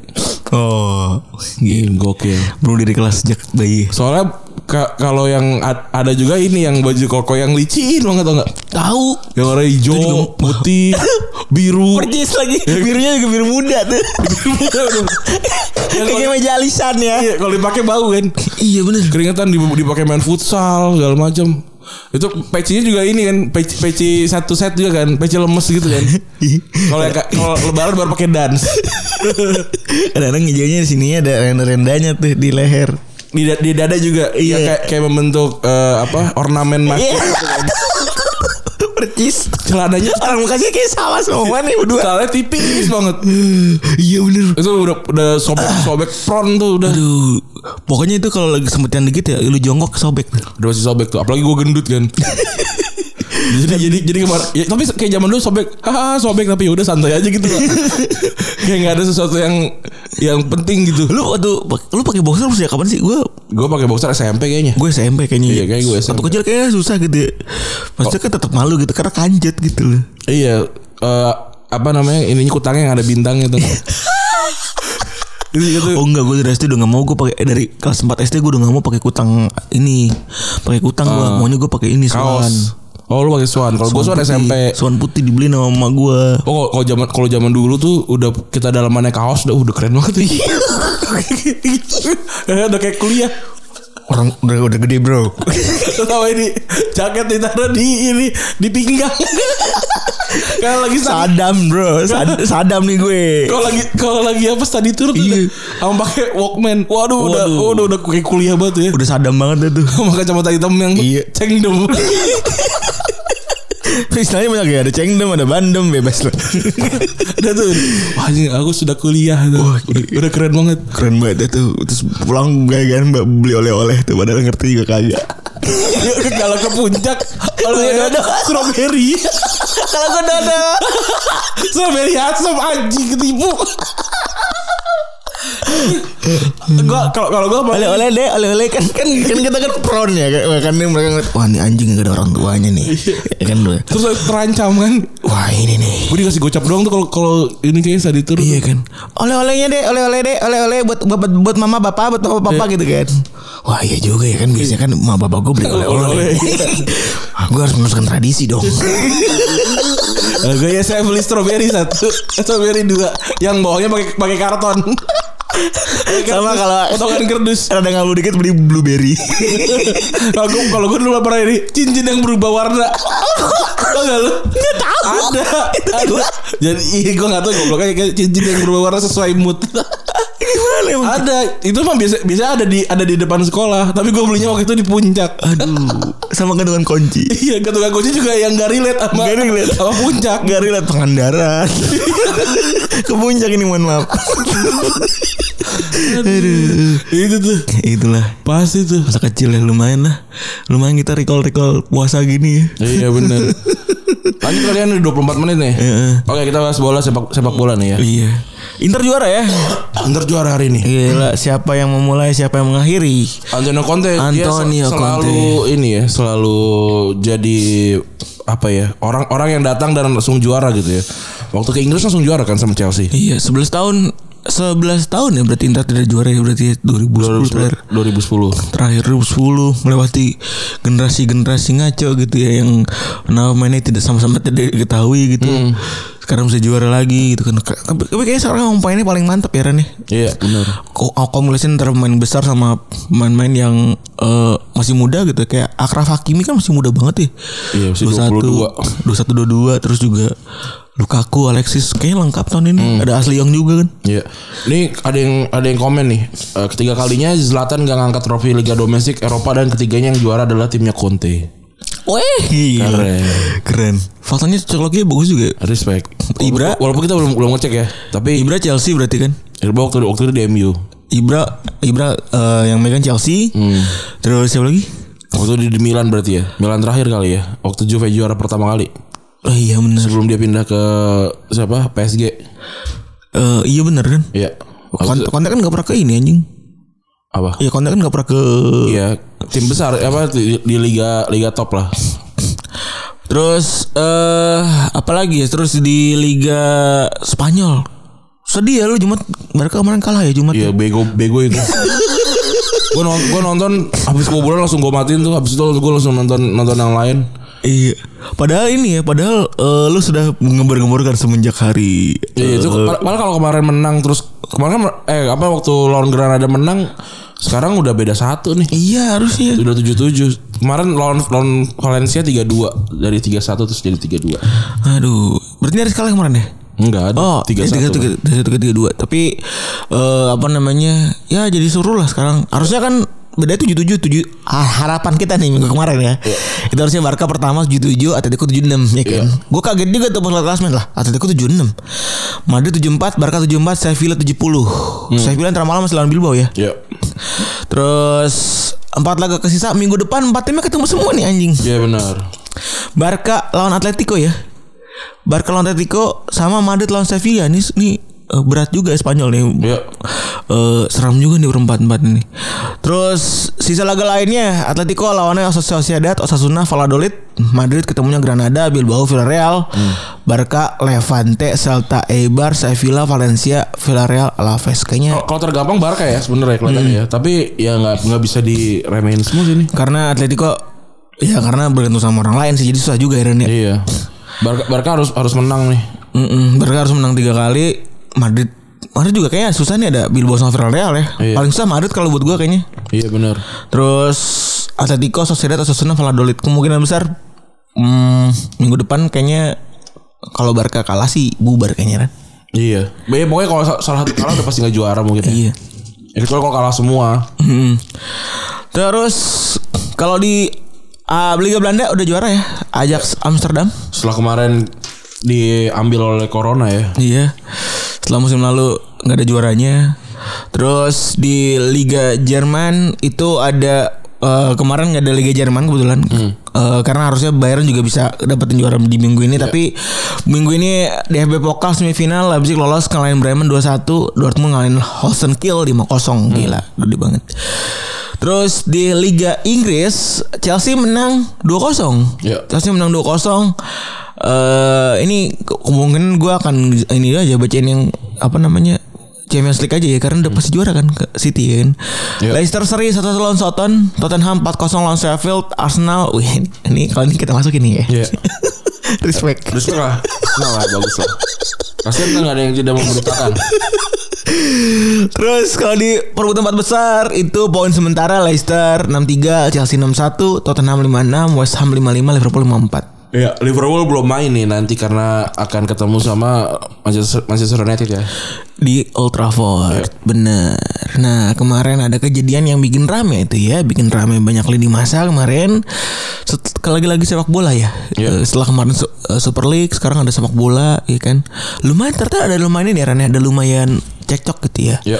Speaker 3: Oh,
Speaker 2: Iya gokil.
Speaker 3: bunuh diri kelas sejak bayi.
Speaker 2: Soalnya ka- kalau yang ad- ada juga ini yang baju koko yang licin banget tau nggak?
Speaker 3: Tahu.
Speaker 2: Yang warna
Speaker 3: Itu
Speaker 2: hijau,
Speaker 3: juga-
Speaker 2: putih, biru.
Speaker 3: Percis lagi. Birunya juga biru muda tuh. Kayak meja alisan ya.
Speaker 2: Iya, kalau dipakai bau kan.
Speaker 3: Iya bener.
Speaker 2: Keringetan dip- dipakai main futsal segala macam. Itu pecinya juga ini kan, peci, peci satu set juga kan, peci lemes gitu kan. Kalau yang ka- kalau lebaran baru pakai dance.
Speaker 3: Kadang-kadang hijaunya di sini ada renda-rendanya tuh di leher.
Speaker 2: Di, da- di dada juga
Speaker 3: Iya.
Speaker 2: iya. kayak kayak membentuk eh, apa? ornamen masjid.
Speaker 3: Percis.
Speaker 2: Celananya
Speaker 3: Orang mukanya kayak sama semua nih berdua.
Speaker 2: celananya tipis banget.
Speaker 3: Iya bener.
Speaker 2: Itu udah udah sobek sobek front tuh udah.
Speaker 3: Aduh, pokoknya itu kalau lagi sempetan dikit ya lu jongkok sobek.
Speaker 2: Udah masih sobek tuh. Apalagi gue gendut kan. jadi jadi jadi kemarin ya, tapi kayak zaman dulu sobek haha sobek tapi udah santai aja gitu Pak. kayak nggak ada sesuatu yang yang penting gitu
Speaker 3: Lu waktu lu pakai boxer sejak kapan sih? Gua
Speaker 2: gue pakai boxer SMP kayaknya
Speaker 3: gue SMP kayaknya.
Speaker 2: Iya, kayaknya gua SMP.
Speaker 3: Waktu kecil kayaknya susah gitu. ya. Maksudnya kan tetap malu gitu karena kanjet gitu loh.
Speaker 2: iya eh, apa namanya ininya kutangnya yang ada bintangnya tuh Itu- itu-
Speaker 3: Oh enggak, gue dari SD udah gak mau gue pakai eh, dari kelas 4 SD gue udah gak mau pakai kutang ini. Pakai kutang gua, maunya gue pakai ini swan.
Speaker 2: kaos oh lu pakai swan kalau gue swan
Speaker 3: putih.
Speaker 2: SMP
Speaker 3: Swan putih dibeliin sama emak gue.
Speaker 2: Oh kalau- kalau zaman kalau zaman dulu tuh udah kita dalamannya kaos udah udah keren banget tuh. udah kayak kuliah.
Speaker 3: Orang udah udah gede, Bro.
Speaker 2: Tahu ini jaket ditaruh di ini di pinggang. kalau lagi sa-
Speaker 3: Sadam, Bro. Sad- sadam nih gue.
Speaker 2: kalau lagi kalau lagi apa tadi tur tuh
Speaker 3: Iya.
Speaker 2: sama pakai Walkman. Waduh, udah
Speaker 3: Waduh.
Speaker 2: udah udah kayak kuliah banget ya.
Speaker 3: Udah sadam banget dah tuh.
Speaker 2: Sama kacamata hitam yang
Speaker 3: Iya.
Speaker 2: cengdem.
Speaker 3: Istilahnya banyak ya ada cengdem ada bandem bebas lah.
Speaker 2: Udah tuh. Wah, anjing, aku sudah kuliah tuh.
Speaker 3: Wah, iya.
Speaker 2: udah, udah keren banget.
Speaker 3: Keren banget dah tuh. Terus pulang gaya-gayaan mbak beli oleh-oleh tuh padahal ngerti juga kagak. Iya.
Speaker 2: Yuk ke- kalau ke puncak kalau ada strawberry.
Speaker 3: Kalau gue dodo.
Speaker 2: strawberry asam anjing ketipu. gua kalau kalau gua
Speaker 3: Oleh-oleh deh, oleh-oleh kan kan kan kita kan prawn ya kan kan ini mereka ngeliat wah ini anjing gak ada orang tuanya nih. Ya kan lu.
Speaker 2: Terus aku terancam kan
Speaker 3: Wah ini nih.
Speaker 2: Gue dikasih gocap doang tuh kalau kalau ini kayaknya tadi turun
Speaker 3: Iya kan. Oleh-olehnya deh, oleh-oleh deh, oleh-oleh buat buat buat mama bapak, buat papa papa gitu kan. Wah iya juga ya kan biasanya kan mama bapak gue beli oleh-oleh. gue harus meneruskan tradisi dong.
Speaker 2: Eh, Gue ya saya beli strawberry satu Strawberry dua Yang bawahnya pakai pakai karton
Speaker 3: Sama kalau-
Speaker 2: Potongan kerdus
Speaker 3: Rada ngalu dikit beli blueberry.
Speaker 2: Kalau gue kalau gue dulu pernah ini Cincin yang berubah warna Tau gak lu? Gak tau Ada iya, Ada Jadi gue gak tau gobloknya kayak Cincin yang berubah warna sesuai mood Gimana
Speaker 3: jualan emang?
Speaker 2: Ada, itu mah biasa biasa ada di ada di depan sekolah, tapi gue belinya waktu itu di puncak.
Speaker 3: Aduh, sama gantungan kunci.
Speaker 2: Iya, gantungan kunci juga yang gak relate sama
Speaker 3: Gak relate.
Speaker 2: sama puncak.
Speaker 3: Gak relate Pangandaran. Ke puncak ini mohon maaf. Aduh.
Speaker 2: itu tuh.
Speaker 3: Itulah
Speaker 2: Pasti tuh.
Speaker 3: masa kecil ya lumayan lah. Lumayan kita recall-recall puasa gini ya.
Speaker 2: Iya benar. Lanjut ya, kalian udah 24 menit nih.
Speaker 3: Heeh.
Speaker 2: Oke, kita bahas bola sepak sepak bola nih ya.
Speaker 3: Iya. Inter juara ya?
Speaker 2: Inter juara hari ini.
Speaker 3: Gila, siapa yang memulai, siapa yang mengakhiri?
Speaker 2: Antonio Conte dia se-
Speaker 3: Antonio
Speaker 2: selalu ini ya, selalu jadi apa ya? Orang-orang yang datang dan langsung juara gitu ya. Waktu ke Inggris langsung juara kan sama Chelsea.
Speaker 3: Iya, 11 tahun 11 tahun ya berarti Inter tidak juara ya berarti ya, 2010 terakhir.
Speaker 2: 2010.
Speaker 3: Terakhir 2010 melewati generasi-generasi ngaco gitu ya yang namanya tidak sama-sama tidak diketahui gitu. Sekarang bisa juara lagi gitu kan. Tapi tapi kayaknya sekarang pemainnya paling mantap ya Ren ya.
Speaker 2: Iya, benar.
Speaker 3: Ko- Akumulasi antara pemain besar sama pemain-pemain yang eh, masih muda gitu kayak Akraf Hakimi kan masih muda banget ya.
Speaker 2: Iya, masih
Speaker 3: 21 22 terus juga Lukaku, Alexis kayaknya lengkap tahun
Speaker 2: Hmm.
Speaker 3: ini. Ada Asli Young juga kan.
Speaker 2: Iya. Ini ada yang ada yang komen nih. Eh, ketiga kalinya Zlatan gak ngangkat trofi Liga Domestik Eropa dan ketiganya yang juara adalah timnya Conte.
Speaker 3: Weh,
Speaker 2: Iya.
Speaker 3: gila.
Speaker 2: Keren.
Speaker 3: Keren. Faktanya cocoknya bagus juga. ya.
Speaker 2: Respect.
Speaker 3: Ibra?
Speaker 2: Walaupun kita belum belum ngecek ya, tapi
Speaker 3: Ibra Chelsea berarti kan?
Speaker 2: Ibra waktu waktu itu di MU.
Speaker 3: Ibra Ibra eh, yang megang Chelsea.
Speaker 2: Hmm.
Speaker 3: Terus siapa lagi?
Speaker 2: Waktu itu di Milan berarti ya. Milan terakhir kali ya. Waktu Juve juara pertama kali.
Speaker 3: Oh iya benar.
Speaker 2: Sebelum dia pindah ke siapa? PSG.
Speaker 3: Eh, iya benar kan?
Speaker 2: Iya.
Speaker 3: Kont- kontak kan gak pernah ke ini anjing.
Speaker 2: Apa?
Speaker 3: Iya kontak kan gak pernah ke
Speaker 2: Iya, tim besar apa di, di liga liga top lah.
Speaker 3: Terus eh apalagi ya? Terus di Liga Spanyol. Sedih ya lu Jumat mereka kemarin kalah ya Jumat.
Speaker 2: Iya, bego bego itu. gue nonton, gua nonton habis kuburan langsung gue matiin tuh habis itu gue langsung nonton nonton yang lain
Speaker 3: Iya. Padahal ini ya, padahal eh, lu sudah mengembar-gemborkan semenjak hari.
Speaker 2: iya
Speaker 3: eh,
Speaker 2: itu mal- malah kalau kemarin menang terus kemarin kan- eh apa waktu lawan Granada menang sekarang udah beda satu nih
Speaker 3: Iya harusnya.
Speaker 2: udah tujuh tujuh kemarin lawan lawan Valencia tiga dua dari tiga satu terus jadi tiga dua
Speaker 3: Aduh, berarti nyaris kalah kemarin ya?
Speaker 2: enggak ada
Speaker 3: Oh,
Speaker 2: tiga
Speaker 3: tiga
Speaker 2: satu
Speaker 3: tiga tiga tiga tiga dua. Tapi eh, apa namanya? Ya jadi suruh lah sekarang. Harusnya kan beda tujuh tujuh tujuh ah, harapan kita nih minggu kemarin ya.
Speaker 2: Iya.
Speaker 3: Itu harusnya Barca pertama tujuh tujuh, Atletico tujuh enam ya kan. Gue kaget juga tuh pas liat klasmen lah. Atletico tujuh enam, Madrid tujuh empat, Barca tujuh empat, Sevilla tujuh puluh.
Speaker 2: Hmm.
Speaker 3: Sevilla ntar malam masih lawan Bilbao ya.
Speaker 2: ya
Speaker 3: Terus empat laga kesisa minggu depan empat timnya ketemu semua nih anjing.
Speaker 2: ya benar
Speaker 3: Barca lawan Atletico ya. Barca lawan Atletico sama Madrid lawan Sevilla nih nih eh, berat juga ya Spanyol nih.
Speaker 2: ya
Speaker 3: Eh, seram juga nih berempat empat ini. Terus sisa laga lainnya Atletico lawannya Sociedad, Osasuna, Valladolid, Madrid ketemunya Granada, Bilbao, Villarreal, Barca, Levante, Celta, Eibar, Sevilla, Valencia, Villarreal, Alaves kayaknya.
Speaker 5: Oh.
Speaker 2: kalau tergampang Barca ya sebenarnya kelihatannya ya tapi ya nggak nggak bisa diremehin semua sih ini
Speaker 3: Karena Atletico ya karena bergantung sama orang lain sih jadi susah juga ya Ren, ya.
Speaker 2: iya Barca, Barca harus harus menang nih
Speaker 3: Mm-mm, Barca harus menang tiga kali. Madrid, Madrid juga kayaknya susah nih ada Bilbao sama Villarreal ya.
Speaker 2: Iya.
Speaker 3: Paling susah Madrid kalau buat gua kayaknya.
Speaker 2: iya benar
Speaker 3: Terus Atletico, Sociedad, Osasuna, Valladolid kemungkinan besar mm, minggu depan kayaknya kalau Barca kalah sih bubar kayaknya kan.
Speaker 2: Iya. Ya, pokoknya kalau sa- salah satu kalah udah pasti nggak juara mungkin. ya.
Speaker 3: Iya.
Speaker 2: Ya, kecuali kalau kalah semua.
Speaker 3: Mm. Terus kalau di ah, Liga Belanda udah juara ya Ajax Amsterdam.
Speaker 2: Setelah kemarin diambil oleh corona ya.
Speaker 3: Iya. Setelah musim lalu nggak ada juaranya. Terus di Liga Jerman itu ada eh, kemarin nggak ada Liga Jerman kebetulan. Eh, karena harusnya Bayern juga bisa dapetin juara di minggu ini tapi minggu ini DFB Pokal semifinal Leipzig lolos ngalahin Bremen 2-1, Dortmund ngalahin Holstenkiel 5-0. Gila, gede banget. Terus di Liga Inggris Chelsea menang 2-0.
Speaker 2: Iya.
Speaker 3: Chelsea menang 2-0. Eh ini ke- kemungkinan gue akan ini aja bacain yang apa namanya Champions League aja ya karena udah pasti juara kan ke City kan.
Speaker 2: Iya.
Speaker 3: Leicester seri 1-1 lawan Soton, Tottenham 4-0 lawan Sheffield, Arsenal. Wih, ini- ini kalau ini kita masukin nih ya.
Speaker 2: Iya.
Speaker 3: Respect.
Speaker 2: Terus lah. Nah lah bagus lah. Pasti kan nggak ada yang tidak memberitakan.
Speaker 3: Terus kalau di perebutan empat besar itu poin sementara Leicester 63, Chelsea 61, Tottenham 56, West Ham 55, Liverpool 54.
Speaker 2: Ya, Liverpool belum main nih nanti karena akan ketemu sama Manchester, Manchester United ya.
Speaker 3: di Old Trafford. Bener. Nah kemarin ada kejadian yang bikin rame itu ya, bikin rame banyak lini masa kemarin. Set- Lagi-lagi sepak bola ya.
Speaker 2: Iya.
Speaker 3: Eh, Setelah kemarin su- eh, Super League, sekarang ada sepak bola, ya kan. Lumayan ternyata ada lumayan ini ya, Ran, ya. ada lumayan cekcok gitu ya.
Speaker 5: Iya.
Speaker 2: Ya.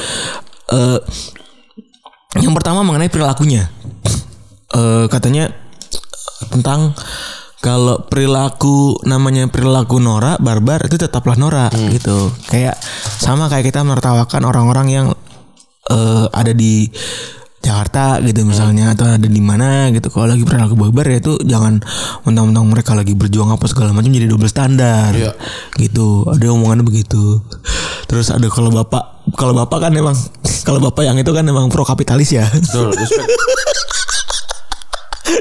Speaker 3: Eh, yang pertama mengenai perilakunya. Eh, katanya tentang kalau perilaku namanya perilaku Nora barbar itu tetaplah Nora
Speaker 2: Hmm.
Speaker 3: gitu. Kayak sama kayak kita menertawakan orang-orang yang eh, ada di Jakarta gitu misalnya atau ada di mana gitu. Kalau lagi perilaku barbar ya itu jangan mentang-mentang mereka lagi berjuang apa segala macam jadi double standar.
Speaker 2: Iya.
Speaker 3: Gitu. Ada omongannya begitu. Terus ada kalau bapak kalau bapak kan emang kalau bapak yang itu kan emang pro kapitalis ya
Speaker 2: Betul, respect.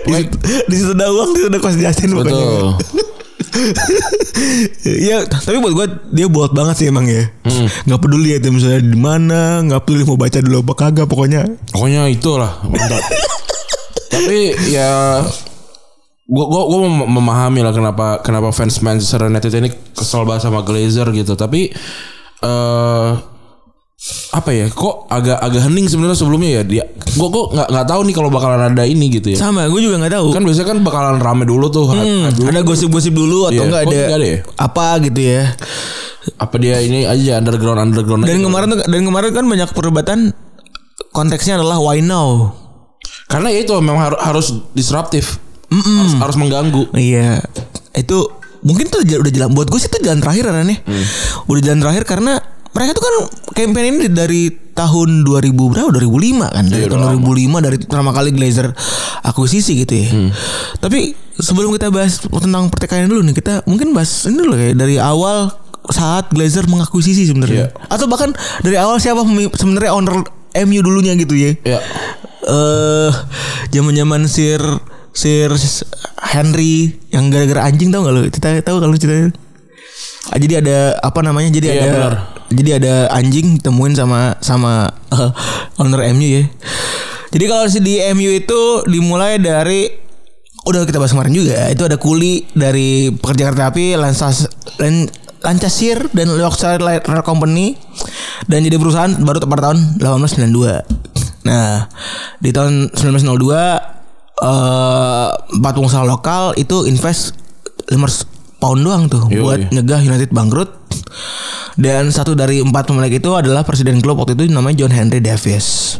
Speaker 3: di, di situ ada uang di situ ada kos jajan
Speaker 2: Betul.
Speaker 3: pokoknya. Iya, tapi buat gue dia buat banget sih emang ya. Nggak peduli ya tim saya di mana, nggak peduli mau baca dulu apa kagak pokoknya.
Speaker 2: Pokoknya itulah mantap. Tapi ya gua gua, gua mem- memahami lah kenapa kenapa fans Manchester United ini kesel banget sama Glazer gitu. Tapi eh apa ya kok agak agak hening sebenarnya sebelumnya ya dia gua gua nggak nggak tahu nih kalau bakalan ada ini gitu ya
Speaker 3: Sama, gue juga nggak tahu.
Speaker 2: kan biasanya kan bakalan rame dulu tuh ha-
Speaker 3: Hmm,
Speaker 2: ha-
Speaker 3: ada gosip-gosip dulu atau
Speaker 2: Iya.
Speaker 3: nggak
Speaker 2: Oh,
Speaker 3: ada,
Speaker 2: nggak ada ya?
Speaker 3: apa gitu ya.
Speaker 2: apa dia ini aja underground underground aja.
Speaker 3: Dan kemarin tuh- dan kemarin kan banyak perdebatan konteksnya adalah why now.
Speaker 2: karena ya itu memang har- harus disruptif harus, harus mengganggu
Speaker 3: Iya, itu mungkin tuh jal- udah jalan buat gue sih itu jalan terakhir Aran, ya. Udah jalan terakhir karena mereka tuh kan campaign ini dari tahun 2000 berapa 2005 kan dari
Speaker 2: Iya,
Speaker 3: tahun
Speaker 2: udah
Speaker 3: 2005 dari pertama kali Glazer akuisisi gitu ya. Tapi sebelum kita bahas tentang pertikaian dulu nih kita mungkin bahas ini dulu ya dari awal saat Glazer mengakuisisi sebenarnya atau bahkan dari awal siapa pemi- sebenarnya owner MU dulunya gitu ya
Speaker 2: ya
Speaker 3: eh zaman-zaman Sir Sir Henry yang gara-gara anjing tau gak lo? Kita tahu kalau ceritanya. Ah, Jadi ada apa namanya? Jadi
Speaker 2: Iya,
Speaker 3: ada
Speaker 2: benar.
Speaker 3: jadi ada anjing temuin sama sama eh, owner MU ya. Jadi kalau si di MU itu dimulai dari udah kita bahas kemarin juga itu ada kuli dari pekerja kereta api Lancas Lan- Lancashire dan Yorkshire Rail Company dan jadi perusahaan baru pada tahun 1892. Nah, di tahun 1902 eh empat pengusaha lokal itu invest 500 pound doang tuh
Speaker 2: Yoi.
Speaker 3: buat nyegah United bangkrut. Dan satu dari empat pemilik itu adalah presiden klub waktu itu namanya John Henry Davis.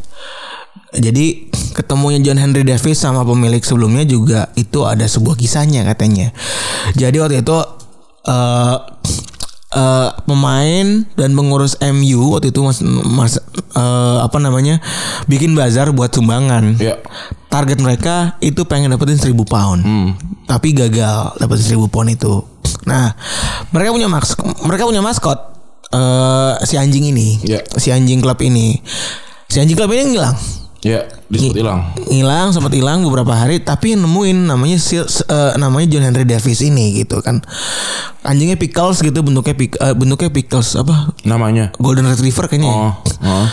Speaker 3: Jadi ketemunya John Henry Davis sama pemilik sebelumnya juga itu ada sebuah kisahnya katanya. Jadi waktu itu eh eh, pemain dan pengurus MU waktu itu mas, mas- eh, apa namanya bikin bazar buat sumbangan.
Speaker 2: Iya.
Speaker 3: Target mereka itu pengen dapetin 1000 pound. Tapi gagal dapetin 1000 pound itu. Nah, mereka punya maskot, mereka punya maskot eh si anjing ini.
Speaker 2: Iya.
Speaker 3: Si anjing klub ini. Si anjing klub ini ngilang
Speaker 2: ya disebut hilang
Speaker 3: hilang sempat hilang beberapa hari tapi yang nemuin namanya si, s- eh, namanya John Henry Davis ini gitu kan anjingnya pickles gitu bentuknya pik- eh, bentuknya pickles apa
Speaker 2: namanya
Speaker 3: golden retriever kayaknya
Speaker 2: oh,
Speaker 3: ya.
Speaker 2: oh.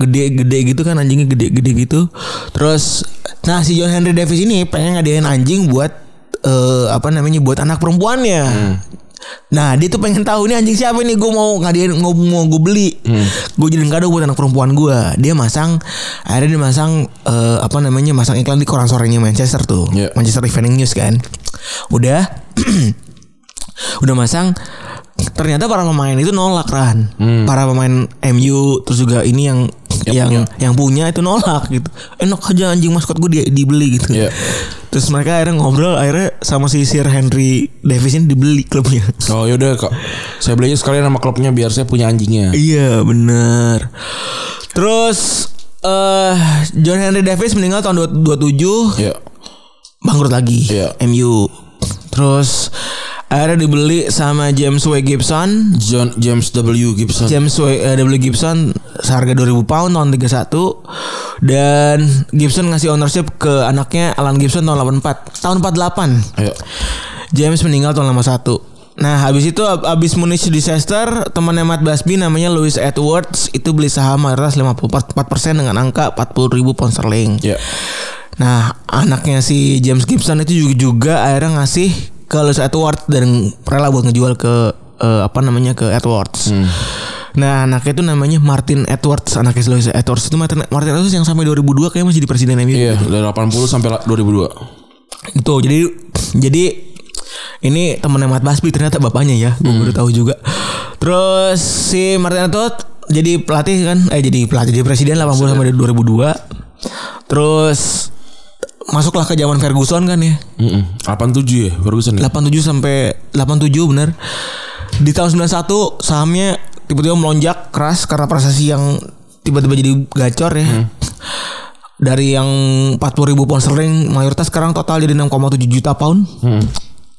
Speaker 3: gede-gede gitu kan anjingnya gede-gede gitu terus nah si John Henry Davis ini pengen ngadain anjing buat eh, apa namanya buat anak perempuannya Nah dia tuh pengen tahu nih anjing siapa nih gue mau ngadain mau, mau gue beli gue jadiin kado buat anak perempuan gue dia masang akhirnya dia masang eh, apa namanya masang iklan di koran sorenya Manchester tuh
Speaker 2: Iya.
Speaker 3: Manchester Evening News kan udah udah masang ternyata para pemain itu nolak kan
Speaker 2: Hmm.
Speaker 3: para pemain MU terus juga ini yang yang yang punya itu nolak gitu enak aja anjing maskot gue di, dibeli gitu
Speaker 2: Iya.
Speaker 3: terus mereka akhirnya ngobrol akhirnya sama si Sir Henry Davis ini dibeli klubnya
Speaker 2: Oh yaudah kak, saya belinya sekalian sama klubnya biar saya punya anjingnya.
Speaker 3: iya bener terus eh John Henry Davis meninggal tahun 27
Speaker 2: Iya,
Speaker 3: bangkrut lagi
Speaker 2: Iya.
Speaker 3: MU terus akhirnya dibeli sama James W Gibson
Speaker 2: John James W Gibson.
Speaker 3: James W, eh, W. Gibson seharga 2000 pound tahun 31 dan Gibson ngasih ownership ke anaknya Alan Gibson tahun 84 tahun 48
Speaker 2: Ayo,
Speaker 3: James meninggal tahun 81 Nah habis itu ab- abis Munich disaster temannya Matt Busby namanya Louis Edwards itu beli saham mayoritas 54% dengan angka 40 ribu pound
Speaker 5: Iya.
Speaker 3: sterling
Speaker 2: ya,
Speaker 3: Nah, anaknya si James Gibson itu juga, juga akhirnya ngasih ke Luis Edwards dan rela buat ngejual ke eh, apa namanya ke Edwards. Nah anaknya itu namanya Martin Edwards anaknya Luis Edwards itu Martin, Martin Edwards yang sampai 2002 kayak masih di presiden MU.
Speaker 2: Iya, dari 80 sampai la- 2002.
Speaker 3: Itu jadi jadi ini temennya Mat Basbi ternyata bapaknya ya, gue baru tahu juga. Terus si Martin Edwards jadi pelatih kan, eh jadi pelatih jadi presiden 80 sampai 2002. Terus masuklah ke zaman Ferguson kan ya.
Speaker 2: Mm-mm. 87 ya Ferguson ya?
Speaker 3: 87 sampai 87 bener. Di tahun 91 sahamnya tiba-tiba melonjak keras karena prestasi yang tiba-tiba jadi gacor ya. Dari yang 40 ribu pound sterling mayoritas sekarang total jadi 6,7 juta pound.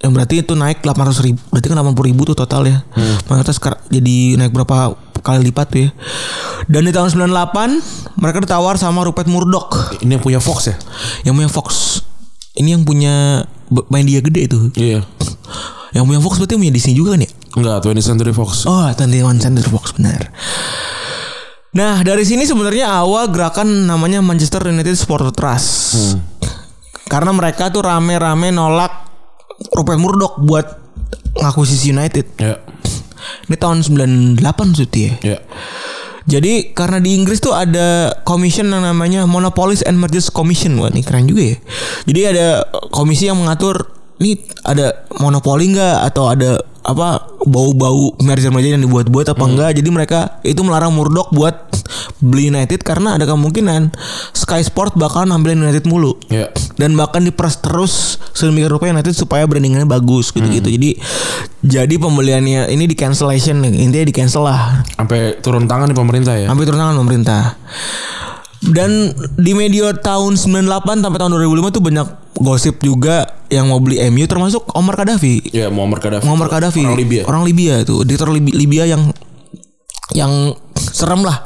Speaker 3: Yang berarti itu naik 800 ribu. Berarti kan 80 ribu tuh total ya. Mayoritas sekar- jadi naik berapa kali lipat tuh ya. Dan di tahun 98 mereka ditawar sama Rupert Murdoch
Speaker 2: Ini yang punya Fox ya?
Speaker 3: yang punya Fox. Ini yang punya b- main dia gede itu.
Speaker 2: Iya.
Speaker 3: Yang punya Fox berarti punya Disney juga kan ya?
Speaker 2: Enggak, 20th Century Fox.
Speaker 3: Oh, 21 Century Fox benar. Nah, dari sini sebenarnya awal gerakan namanya Manchester United Supporter Trust. Karena mereka tuh rame-rame nolak Rupert Murdoch buat ngakuisisi United.
Speaker 2: Ya.
Speaker 3: Ini tahun 98 Suti ya.
Speaker 2: Ya.
Speaker 3: Jadi karena di Inggris tuh ada commission yang namanya Monopolies and Mergers Commission. Wah, ini keren juga ya. Jadi ada komisi yang mengatur nih ada monopoli nggak atau ada apa bau-bau merger-merger yang dibuat-buat apa enggak. Jadi mereka itu melarang Murdoch buat beli United karena ada kemungkinan Sky Sport bakal nampilin United mulu
Speaker 2: Ya.
Speaker 3: dan bahkan diperas terus sedemikian rupa United supaya brandingannya bagus gitu-gitu. Jadi jadi pembeliannya ini di cancellation intinya di cancel lah
Speaker 2: Sampai turun tangan di pemerintah ya.
Speaker 3: Hampir turun tangan pemerintah. Dan di media tahun 98 sampai tahun 2005 tuh banyak gosip juga yang mau beli MU termasuk Omar Gaddafi.
Speaker 2: Ya, Muammar Gaddafi.
Speaker 3: Muammar Gaddafi
Speaker 2: Orang Libya.
Speaker 3: Orang Libya itu, diktator Lib- Libya yang yang serem lah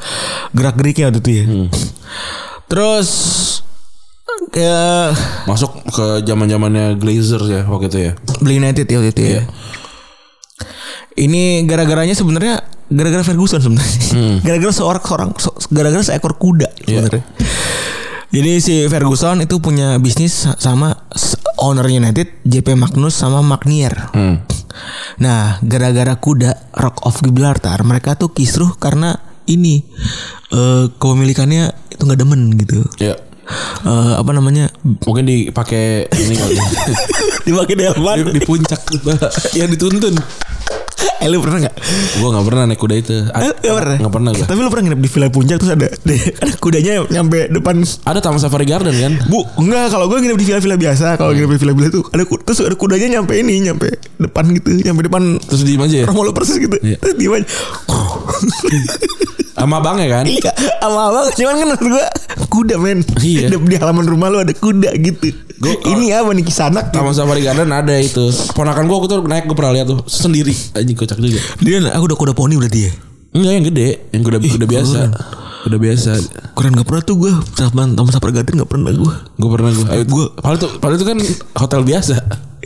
Speaker 3: gerak-geriknya waktu itu ya.
Speaker 2: Hmm.
Speaker 3: Terus eh
Speaker 2: Masuk ke zaman-zamannya Glazers ya waktu itu ya.
Speaker 3: beli United ya waktu itu ya. Ini gara-garanya sebenarnya gara-gara Ferguson sebenarnya. Gara-gara seorang seorang se- gara-gara seekor kuda sebenarnya. Jadi si Ferguson itu punya bisnis sa- sama s- owner United JP Magnus sama Magnier.
Speaker 2: Hmm.
Speaker 3: Nah, gara-gara kuda Rock of Gibraltar mereka tuh kisruh karena ini eh, kepemilikannya itu nggak demen gitu.
Speaker 2: Ya.
Speaker 5: Iya.
Speaker 3: Eh, apa namanya?
Speaker 2: Mungkin dipakai ini kali.
Speaker 3: Dipakai delman.
Speaker 2: di, di puncak yang dituntun.
Speaker 3: Eh lu pernah nggak?
Speaker 2: Gua nggak pernah naik kuda itu.
Speaker 3: Eh,
Speaker 2: A-
Speaker 3: Gak pernah.
Speaker 2: Nggak pernah gua.
Speaker 3: Tapi lu pernah nginep di Villa Puncak terus ada ada kudanya nyampe depan
Speaker 2: Ada Taman Safari Garden kan?
Speaker 3: Bu, Hmm. enggak kalau gue nginep di villa-villa biasa, kalau nginep di villa-villa tuh ada ku- terus ada kudanya nyampe ini, nyampe depan gitu, nyampe depan
Speaker 2: Terus diem aja ya.
Speaker 3: rumah lo persis gitu.
Speaker 2: Iya.
Speaker 3: Terus gimana?
Speaker 2: Sama abangnya kan?
Speaker 3: Iya, sama abang cuman kan menurut gue kuda men.
Speaker 2: Iya.
Speaker 3: Di, di halaman rumah lu ada kuda gitu.
Speaker 2: Gua-
Speaker 3: ini apa nih kisanak?
Speaker 2: Taman Safari Garden ada itu. Ponakan gua waktu itu naik gua pernah lihat tuh sendiri. Anjing kocak juga.
Speaker 3: Dia aku udah kuda poni berarti ya.
Speaker 2: Enggak yang gede, yang kuda kuda biasa. Kuda biasa.
Speaker 3: Keren gak pernah tuh gue sama sama Sapar Gadin gak pernah gue.
Speaker 2: Gue pernah gue. Gue
Speaker 3: Gua-
Speaker 2: padahal tuh padahal itu kan hotel biasa.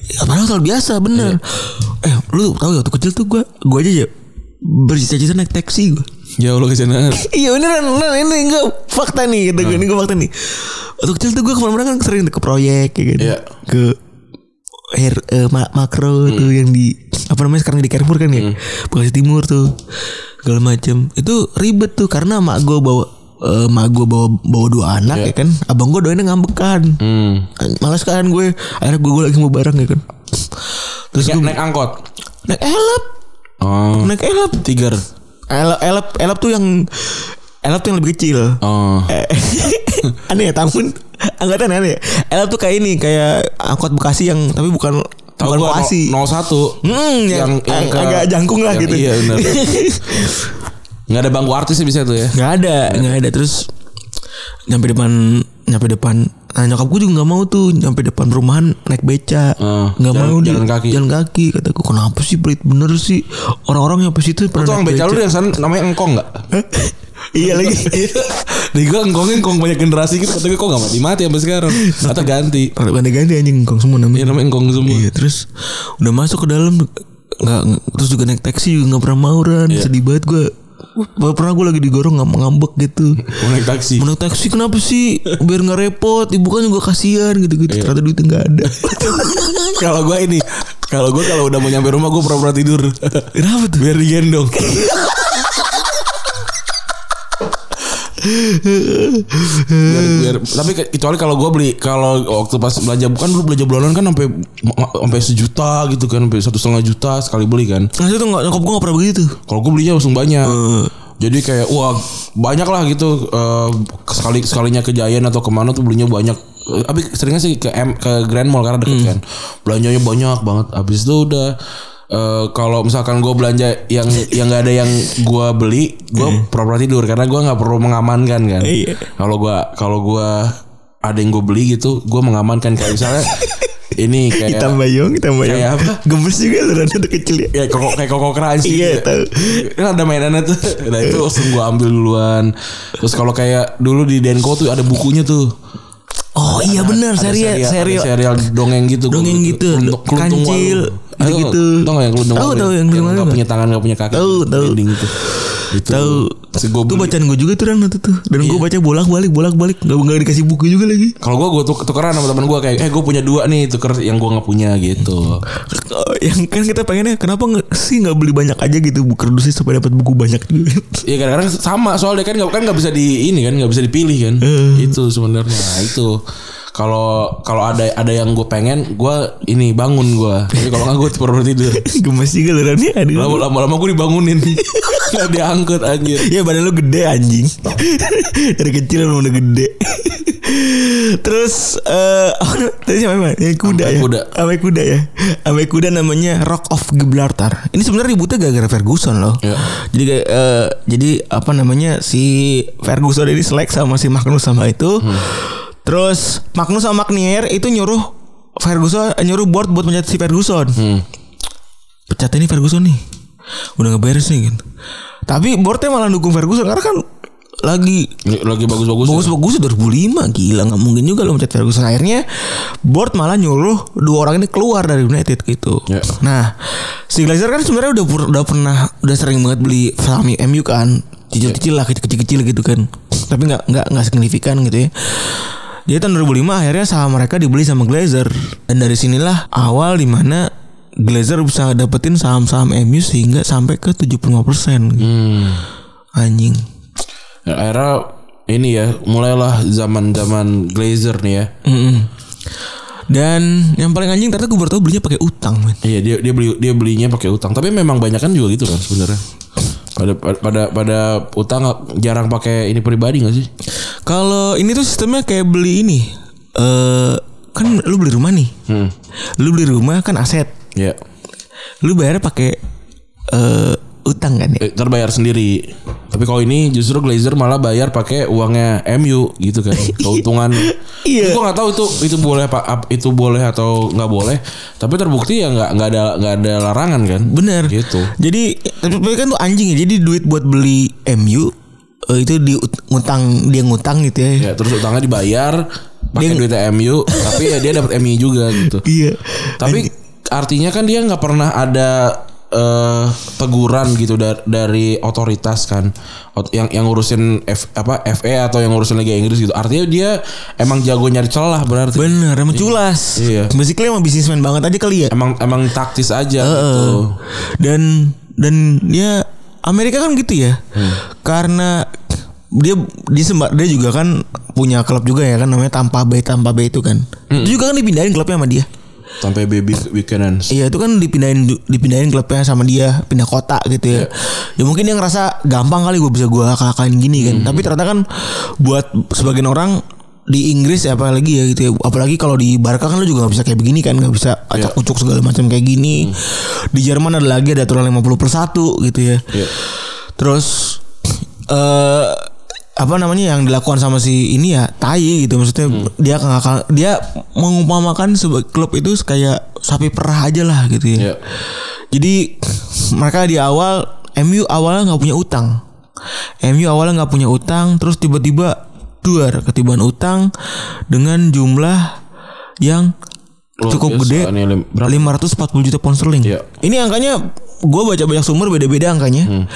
Speaker 3: Ya, padahal hotel biasa bener. Eh lu tau ya waktu kecil tuh gue gue aja ya bercita-cita naik taksi gue.
Speaker 2: Ya Allah kesana.
Speaker 3: Iya beneran, beneran ini enggak fakta nih gitu ini gue fakta nih. Waktu kecil tuh gue kemana-mana kan sering tuh ke proyek ya gitu.
Speaker 2: Iya.
Speaker 3: Ke air eh, ma- makro tuh yang di apa namanya sekarang di Carrefour kan ya Bekasi Timur tuh segala macem itu ribet tuh karena mak gue bawa eh, mak gue bawa bawa dua anak ya kan abang gue doainnya ngambekan
Speaker 2: Hmm.
Speaker 3: Males kan gue Akhirnya gue, gue lagi mau bareng ya kan Terus
Speaker 2: Ya,
Speaker 3: gue
Speaker 2: naik angkot.
Speaker 3: naik elap
Speaker 2: Oh.
Speaker 3: Naik elap
Speaker 2: Tiger.
Speaker 3: Elap, elap, elap tuh yang Elap tuh yang lebih kecil
Speaker 2: Oh.
Speaker 3: Eh, Aneh ya Tamun Angkatan aneh ya Elap tuh kayak ini Kayak angkot Bekasi yang Tapi bukan
Speaker 2: Tahu
Speaker 3: Bukan
Speaker 2: gua
Speaker 3: Bekasi
Speaker 2: 01.
Speaker 3: Hmm, yang,
Speaker 2: yang
Speaker 3: ag-
Speaker 2: ke-
Speaker 3: agak jangkung lah
Speaker 2: yang-
Speaker 3: gitu
Speaker 2: Iya benar. Enggak ada bangku artis sih bisa tuh ya.
Speaker 3: Gak ada, gak ada terus nyampe depan nyampe depan nah nyokap gue juga gak mau tuh nyampe depan perumahan naik beca
Speaker 2: Ah,
Speaker 3: nggak
Speaker 2: jalan-
Speaker 3: mau dia.
Speaker 2: jalan kaki.
Speaker 3: jalan kaki kata gue kenapa sih pelit bener sih orang-orang yang pas itu
Speaker 2: Itu
Speaker 3: pernah
Speaker 2: Tukang
Speaker 3: naik
Speaker 2: beca lu
Speaker 3: beca,
Speaker 2: yang sana namanya engkong enggak?
Speaker 3: iya lagi
Speaker 2: Di gua engkongnya engkong banyak generasi gitu kata gue kok enggak mati-mati sampai sekarang. Atau ganti.
Speaker 3: Rada ganti-ganti anjing kong semua
Speaker 2: Ya
Speaker 3: namanya
Speaker 2: namanya engkong semua.
Speaker 3: iya terus
Speaker 2: Iya.
Speaker 3: udah masuk ke dalam nggak nggak- terus juga naik taksi juga nggak pernah mau Ran. sedih banget gue Wah, pernah gue lagi digorong ngam- ngambek gitu.
Speaker 5: Mau naik taksi.
Speaker 3: Menang taksi kenapa sih? Biar nggak repot. Ibu kan juga kasihan gitu-gitu.
Speaker 2: Iya.
Speaker 3: Ternyata duitnya nggak ada.
Speaker 5: kalau gue ini, kalau gue kalau udah mau nyampe rumah gue pura-pura tidur.
Speaker 3: Kenapa tuh?
Speaker 5: Biar digendong.
Speaker 2: Hmm.
Speaker 5: Biar- biar- tapi ke- kecuali kalau gue beli kalau waktu pas belanja bukan dulu belanja bulanan kan sampai sampai sejuta gitu kan sampai satu setengah juta sekali beli kan
Speaker 3: Ngasih Nah, tuh nggak nyokap gue nggak pernah begitu.
Speaker 5: kalau gue belinya langsung banyak jadi kayak wah banyak lah gitu eh, sekali sekalinya ke Giant atau kemana tuh belinya banyak Eh, tapi seringnya sih ke M, ke Grand Mall karena
Speaker 3: Hmm.
Speaker 5: deket kan belanjanya banyak banget habis itu udah eh, kalau misalkan gue belanja yang yang nggak ada yang gue beli gue pura-pura tidur karena gue nggak perlu mengamankan kan
Speaker 3: Eh. Iya.
Speaker 5: kalau gue kalau gue ada yang gue beli gitu gue mengamankan kayak misalnya ini kayak
Speaker 3: Hitam bayong, hitam bayong.
Speaker 5: Kayak apa?
Speaker 3: Gemes juga lu rada tuh kecil ya.
Speaker 5: ya koko kayak koko crunchy
Speaker 3: Iya,
Speaker 5: gitu.
Speaker 3: tahu.
Speaker 5: kan ada mainannya tuh nah itu langsung gue ambil duluan terus kalau kayak dulu di Denko tuh ada bukunya tuh
Speaker 3: Oh iya benar,
Speaker 5: Ada
Speaker 3: serial,
Speaker 5: serial
Speaker 3: serial.
Speaker 5: ada serial dongeng gitu
Speaker 3: Dongeng gitu,
Speaker 5: Keluntung- keluntung
Speaker 3: kancil,
Speaker 5: walu. Tahu
Speaker 3: gitu-gitu.
Speaker 5: nggak? tahu nggak yang keluntung
Speaker 3: Tahu,
Speaker 5: walu
Speaker 3: tahu yang
Speaker 5: yang
Speaker 3: keluntung
Speaker 5: nggak
Speaker 3: walu.
Speaker 5: punya tangan nggak punya kaki
Speaker 3: Tahu, tahu.
Speaker 5: dinding itu itu
Speaker 3: Tahu.
Speaker 5: Terus gua
Speaker 3: Itu
Speaker 5: beli.
Speaker 3: bacaan gue juga tuh Ran waktu itu. Dan gue baca bolak-balik, bolak-balik. Gak, nggak dikasih buku juga lagi.
Speaker 5: kalau gue gue tukeran sama temen gue kayak eh gue punya dua nih tuker yang gue nggak punya gitu
Speaker 3: Oh, yang kan kita pengennya kenapa nggak sih nggak beli banyak aja gitu buku kerdusnya supaya dapat buku banyak juga.
Speaker 5: Iya kadang-kadang sama soalnya kan nggak kan nggak bisa di ini kan nggak bisa dipilih kan itu sebenarnya Nah, itu kalau kalau ada ada yang gue pengen gue ini bangun gue tapi kalau nggak gue perlu tidur
Speaker 3: Gemes juga lu Ran ya. aduh.
Speaker 5: Lama- lama-lama gue dibangunin nggak diangkut anjir
Speaker 3: Ya badan lu gede anjing Dari kecil emang udah gede Terus eh apa namanya? Tadi siapa emang? Yang kuda
Speaker 5: Amai
Speaker 3: ya
Speaker 5: kuda.
Speaker 3: Amai kuda ya Amai kuda namanya Rock of Gibraltar Ini sebenarnya ributnya gara-gara Ferguson loh
Speaker 5: Ya.
Speaker 3: Jadi kayak, eh, jadi apa namanya Si Ferguson ini selek sama si Magnus sama itu
Speaker 5: Hmm.
Speaker 3: Terus Magnus sama Magnier itu nyuruh Ferguson eh, nyuruh board buat mencat si Ferguson
Speaker 5: Hmm.
Speaker 3: pecat ini Ferguson nih udah nggak beres nih kan tapi boardnya malah dukung Ferguson karena kan lagi
Speaker 5: lagi bagus-bagus ya.
Speaker 3: bagus-bagus 2005 gila nggak mungkin juga lo mencat Ferguson akhirnya board malah nyuruh dua orang ini keluar dari United gitu
Speaker 5: Ya.
Speaker 3: nah si Glazer kan sebenarnya udah pur- udah pernah udah sering banget beli saham MU kan kecil-kecil lah kecil-kecil gitu kan tapi nggak nggak nggak signifikan gitu ya jadi tahun 2005 akhirnya saham mereka dibeli sama Glazer dan dari sinilah awal dimana Glazer bisa dapetin saham-saham MU sehingga sampai ke 75% gitu. Anjing.
Speaker 5: Ya, akhirnya ini ya mulailah zaman-zaman glazer nih ya
Speaker 3: Mm-mm. Dan yang paling anjing ternyata gue baru tau belinya pakai utang, men.
Speaker 5: Iya dia dia beli dia belinya pakai utang. Tapi memang banyak kan juga gitu kan sebenarnya. Pada pada pada utang nggak- jarang pakai ini pribadi gak sih?
Speaker 3: Kalau ini tuh sistemnya kayak beli ini. Eh kan lu beli rumah nih.
Speaker 5: Hmm.
Speaker 3: Lu beli rumah kan aset.
Speaker 5: Iya.
Speaker 3: Lu bayarnya pakai eh utang kan ya?
Speaker 5: Eh, terbayar sendiri. Tapi kalau ini justru Glazer malah bayar pakai uangnya MU gitu kan. Keuntungan.
Speaker 3: Iya.
Speaker 5: Gue nggak tahu itu itu boleh pak ap- itu boleh atau nggak boleh. Tapi terbukti ya nggak nggak ada nggak ada larangan kan.
Speaker 3: Bener.
Speaker 5: Gitu.
Speaker 3: Jadi tapi tapi kan tuh anjing ya. Jadi duit buat beli MU eh, itu di ut- ngutang dia ngutang gitu ya.
Speaker 5: Ya terus utangnya dibayar pakai duit MU. tapi ya dia dapat MU juga gitu.
Speaker 3: Iya.
Speaker 5: Tapi Eh, artinya kan dia nggak pernah ada eh teguran gitu dari, dari otoritas kan Ot- yang yang ngurusin F, apa FA atau yang ngurusin Liga Inggris gitu. Artinya dia emang jago nyari celah berarti.
Speaker 3: Bener, emang culas.
Speaker 5: Iya.
Speaker 3: Basically emang bisnismen banget aja kali ya.
Speaker 5: Emang emang taktis aja gitu.
Speaker 3: dan dan dia Amerika kan gitu ya
Speaker 5: Hmm.
Speaker 3: karena dia dia sembar dia juga kan punya klub juga ya kan namanya Tampa Bay Tampa Bay itu kan
Speaker 5: Hmm.
Speaker 3: itu juga kan dipindahin klubnya sama dia
Speaker 5: Sampai baby weekendan.
Speaker 3: iya itu kan dipindahin dipindahin klubnya sama dia pindah kota gitu ya ya mungkin dia ngerasa gampang kali gue bisa gue kalahkan gini kan tapi ternyata kan buat sebagian orang di Inggris ya apalagi ya gitu ya apalagi kalau di Barca kan lu juga nggak bisa kayak begini kan nggak bisa acak ucuk segala macam kayak gini di Jerman ada lagi ada aturan 50 per satu gitu ya
Speaker 5: Iya.
Speaker 3: Terus eh apa namanya yang dilakukan sama si ini ya tai gitu maksudnya
Speaker 5: Hmm.
Speaker 3: dia kengakal dia mengumpamakan sebuah klub itu kayak sapi perah aja lah gitu ya.
Speaker 5: Iya.
Speaker 3: Jadi mereka di awal MU awalnya nggak punya utang. MU awalnya nggak punya utang terus tiba-tiba duar ketiban utang dengan jumlah yang
Speaker 5: Luar
Speaker 3: cukup
Speaker 5: biasa,
Speaker 3: gede
Speaker 5: ini lim- berapa?
Speaker 3: 540 juta pound sterling.
Speaker 5: Iya. Hmm.
Speaker 3: Ini angkanya gue baca banyak sumber beda-beda angkanya.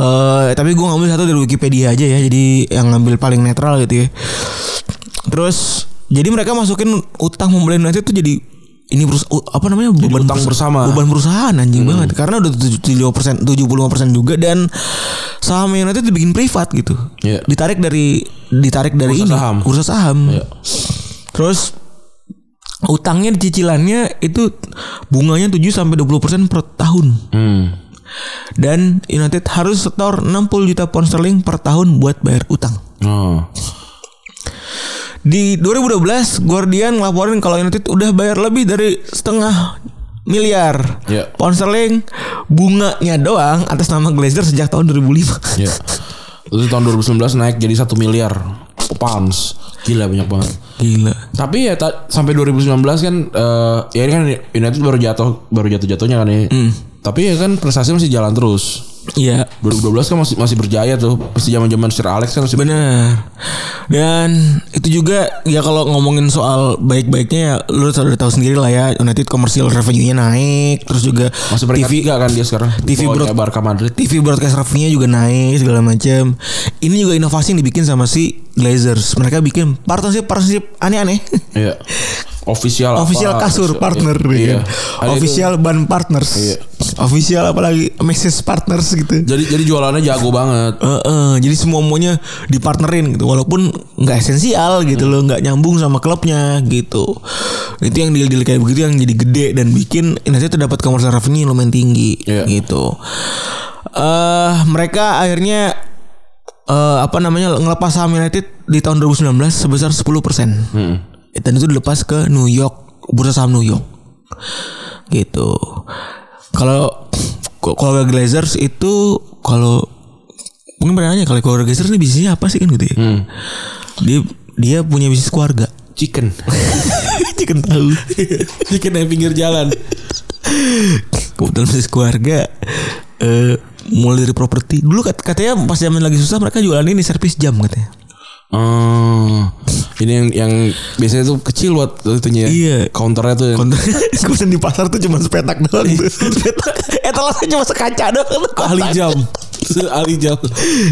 Speaker 3: Eh tapi gue ngambil satu dari Wikipedia aja ya. Jadi yang ngambil paling netral gitu ya. Terus jadi mereka masukin utang pembelian United itu jadi ini perus u- apa namanya beban
Speaker 5: utang bersama. Hmm.
Speaker 3: beban perusahaan anjing banget karena udah 75% 75% juga dan saham United dibikin privat gitu.
Speaker 5: Iya.
Speaker 3: Ditarik dari ditarik dari
Speaker 5: Bursa
Speaker 3: ini
Speaker 5: saham.
Speaker 3: bursa saham.
Speaker 5: Iya.
Speaker 3: Terus utangnya cicilannya itu bunganya 7 sampai 20% per tahun.
Speaker 5: Hmm.
Speaker 3: Dan United harus setor 60 juta pound sterling per tahun buat bayar utang.
Speaker 5: Oh.
Speaker 3: Di 2012 Guardian ngelaporin kalau United udah bayar lebih dari setengah miliar
Speaker 5: Iya.
Speaker 3: pound sterling bunganya doang atas nama Glazer sejak tahun 2005.
Speaker 5: Ya. Itu tahun 2019 naik jadi 1 miliar pounds. Gila banyak banget.
Speaker 3: Gila.
Speaker 5: Tapi ya ta- sampai 2019 kan eh, ya ini kan United baru jatuh baru jatuh-jatuhnya kan ya.
Speaker 3: Hmm.
Speaker 5: Tapi ya kan prestasi masih jalan terus.
Speaker 3: Iya.
Speaker 5: 2012 kan masih masih berjaya tuh. Pasti zaman-zaman Sir Alex kan masih
Speaker 3: Bener. Dan itu juga ya kalau ngomongin soal baik-baiknya ya lu udah tahu sendiri lah ya United commercial revenue-nya naik terus juga
Speaker 5: masih peringkat
Speaker 3: TV
Speaker 5: tiga kan dia sekarang.
Speaker 3: TV
Speaker 5: Di bawahnya
Speaker 3: broad-
Speaker 5: Barca Madrid.
Speaker 3: TV broadcast revenue-nya juga naik segala macam. Ini juga inovasi yang dibikin sama si Glazers. Mereka bikin partnership partnership aneh-aneh.
Speaker 5: Iya. Official apa,
Speaker 3: Official kasur
Speaker 5: official-
Speaker 3: partner gitu.
Speaker 5: Iya. Ada itu-
Speaker 3: Official ban partners.
Speaker 5: Iya.
Speaker 3: Official apalagi message partners gitu.
Speaker 5: jadi jadi jualannya jago banget.
Speaker 3: Heeh, jadi semua semuanya dipartnerin gitu walaupun nggak esensial gitu loh nggak nyambung sama klubnya gitu itu yang deal deal kayak begitu yang jadi gede dan bikin nanti tuh dapat commercial revenue yang lumayan tinggi
Speaker 5: Iya.
Speaker 3: gitu eh mereka akhirnya eh apa namanya ngelepas saham United di tahun 2019 sebesar 10% dan itu dilepas ke New York bursa saham New York gitu kalau kalau Glazers itu kalau mungkin pernah nanya kalau keluarga Glazers ini bisnisnya apa sih kan gitu ya dia dia punya bisnis keluarga
Speaker 5: Chicken.
Speaker 3: chicken tahu
Speaker 5: Chicken yang pinggir jalan.
Speaker 3: kebetulan bisnis keluarga eh mulai dari properti dulu kat- katanya pas zaman lagi susah mereka jualan ini servis jam katanya
Speaker 5: Oh, ini yang yang biasanya tuh kecil buat itunya. ya.
Speaker 3: Iya.
Speaker 5: Counternya tuh. yang-
Speaker 3: Konten kemudian di pasar tuh cuma sepetak doang tuh. sepetak etalase cuma sekaca doang tuh,
Speaker 5: ahli
Speaker 3: kotak.
Speaker 5: jam. ahli jam.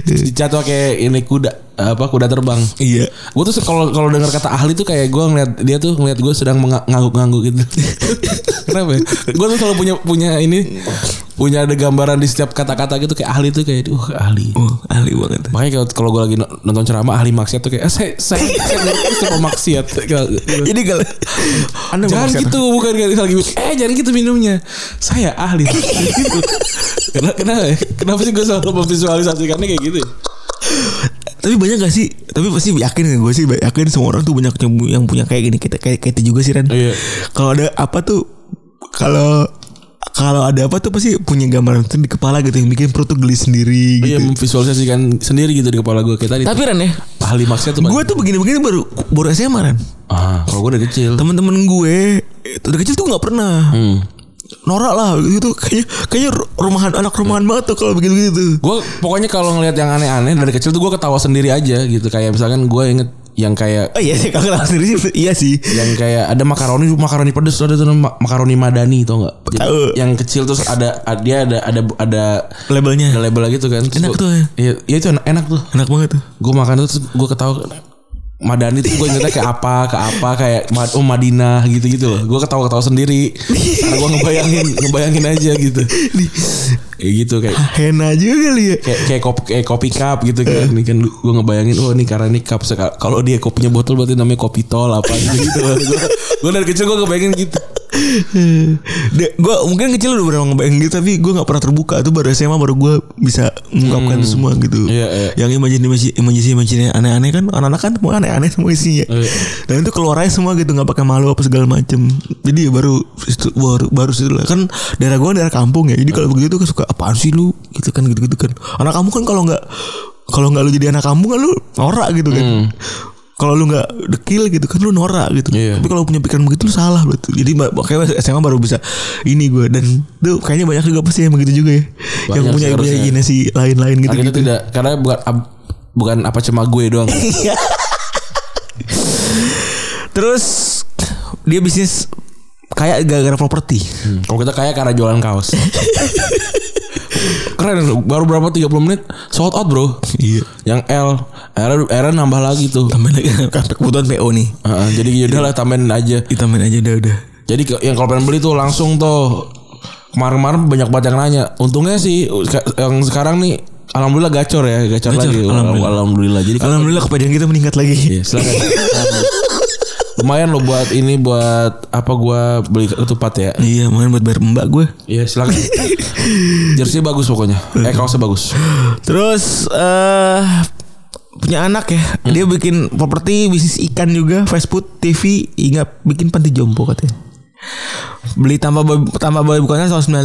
Speaker 5: Dicat pakai ini kuda apa kuda terbang.
Speaker 3: iya
Speaker 5: Gue tuh se- kalau kalau dengar kata ahli tuh kayak gue ngeliat dia tuh ngeliat gue sedang menga- ngangguk-ngangguk gitu. Kenapa? Ya? Gue tuh selalu punya punya ini punya ada gambaran di setiap kata-kata gitu kayak ahli tuh kayak duh ahli.
Speaker 3: oh ahli banget
Speaker 5: Makanya kalau- kalau gue lagi no- nonton ceramah ahli maksiat tuh kayak "Ah, saya saya saya, saya, saya maksiat. Kayak- gitu.
Speaker 3: Jadi kalau Anda
Speaker 5: jangan gitu bukan kan lagi bilang, eh jangan gitu minumnya saya ahli gitu. kenapa kenapa ya? kenapa sih gue selalu memvisualisasikannya kayak gitu ya?
Speaker 3: Tapi banyak gak sih? Tapi pasti yakin ya, gue sih yakin semua orang tuh banyak yang, yang punya kayak gini kita kayak kayak itu juga sih Ren.
Speaker 5: Iya.
Speaker 3: Kalau ada apa tuh kalau kalau ada apa tuh pasti punya gambaran tuh di kepala gitu yang bikin perut tuh geli sendiri gitu.
Speaker 5: iya memvisualisasikan sendiri gitu di kepala gue kayak tadi
Speaker 3: Tapi Ren ya,
Speaker 5: ahli maksiat tuh
Speaker 3: gue tuh begini-begini baru baru SMA Ren.
Speaker 5: ah kalau gue dari kecil
Speaker 3: Temen-temen gue itu dari kecil tuh nggak pernah.
Speaker 5: hmm.
Speaker 3: Norak lah gitu kayaknya kayaknya ru- rumahan anak rumahan banget tuh kalau begini gitu.
Speaker 5: gue pokoknya kalau ngelihat yang aneh-aneh dari kecil tuh gue ketawa sendiri aja gitu kayak misalkan gue inget yang kayak
Speaker 3: Oh iya sih kalau kenal sendiri sih iya sih.
Speaker 5: yang kayak ada makaroni makaroni pedes ada tuh ma- makaroni madani tau nggak Jadi,
Speaker 3: Tahu.
Speaker 5: yang kecil terus ada ada- dia ada ada ada
Speaker 3: Labelnya
Speaker 5: ada label gitu kan Terus
Speaker 3: Enak
Speaker 5: gua-
Speaker 3: tuh ya.
Speaker 5: iya iya itu enak, enak tuh
Speaker 3: enak banget tuh.
Speaker 5: gue makan itu terus gue ketawa Madani tuh gue ingetnya kayak apa, ke apa, kayak Ma- oh Madinah gitu-gitu loh. Gue ketawa-ketawa sendiri. Karena gue ngebayangin, ngebayangin aja gitu. Kayak gitu kayak
Speaker 3: Hena juga kali ya.
Speaker 5: kayak kayak kopi, kayak kopi cup gitu kan. Ini kan gue ngebayangin oh ini karena ini cup seka- kalau dia kopinya botol berarti namanya kopi tol apa gitu. gue dari kecil gue ngebayangin gitu.
Speaker 3: De- gue mungkin kecil udah pernah ngebayangin gitu tapi gue nggak pernah terbuka itu baru SMA baru gue bisa mengungkapkan semua gitu.
Speaker 5: Iya, iya.
Speaker 3: Yang imajinasi imajinasi imajinasi aneh-aneh kan anak-anak kan semua aneh-aneh semua isinya.
Speaker 5: Iya.
Speaker 3: Dan itu keluarnya semua gitu nggak pakai malu apa segala macem. Jadi ya baru situ- baru baru situ lah kan daerah gue daerah kampung ya. Jadi kalau begitu kan suka apaan sih lu gitu kan gitu gitu kan. Anak kamu kan kalau nggak kalau nggak lu jadi anak kampung kan lu norak gitu kan.
Speaker 5: Hmm.
Speaker 3: Kalau lu nggak dekil gitu kan lu norak gitu.
Speaker 5: Iya.
Speaker 3: Tapi kalau punya pikiran begitu lu salah betul. Jadi ma- makanya SMA baru bisa ini gue dan tuh kayaknya banyak juga pasti yang begitu juga ya. yang
Speaker 5: Banyak
Speaker 3: punya
Speaker 5: sih
Speaker 3: punya
Speaker 5: harusnya.
Speaker 3: imajinasi lain-lain gitu.
Speaker 5: Karena kita
Speaker 3: gitu.
Speaker 5: tidak karena bukan ab- bukan apa cuma gue doang.
Speaker 3: Terus dia
Speaker 5: Hmm.
Speaker 3: bisnis kayak gara-gara properti.
Speaker 5: Kalau kita kaya karena jualan kaos. Keren baru berapa 30 menit sold out bro.
Speaker 3: Iya.
Speaker 5: Yang L L L nambah lagi tuh.
Speaker 3: Tambahin lagi karena kebutuhan PO nih.
Speaker 5: Heeh, jadi yaudah lah tambahin aja.
Speaker 3: Ditambahin aja udah udah.
Speaker 5: Jadi ke- yang kalau pengen beli tuh langsung tuh kemarin-kemarin banyak banget yang nanya. Untungnya sih seka- yang sekarang nih alhamdulillah gacor ya, gacor,
Speaker 3: Gacor,
Speaker 5: lagi.
Speaker 3: alhamdulillah.
Speaker 5: Alhamdulillah. Jadi kalau
Speaker 3: Alhamdulillah kepedean kita meningkat lagi.
Speaker 5: Iya, silakan. Lumayan lo buat ini buat apa gua beli ketupat ya.
Speaker 3: Iya, main buat bayar mbak gue.
Speaker 5: Iya, silakan. Jersey bagus pokoknya. Eh kaosnya bagus.
Speaker 3: Terus eh punya anak ya. Dia bikin properti, bisnis ikan juga, fast food, TV, hingga bikin panti jompo katanya. Beli tanpa babi- tanpa babi bukannya 195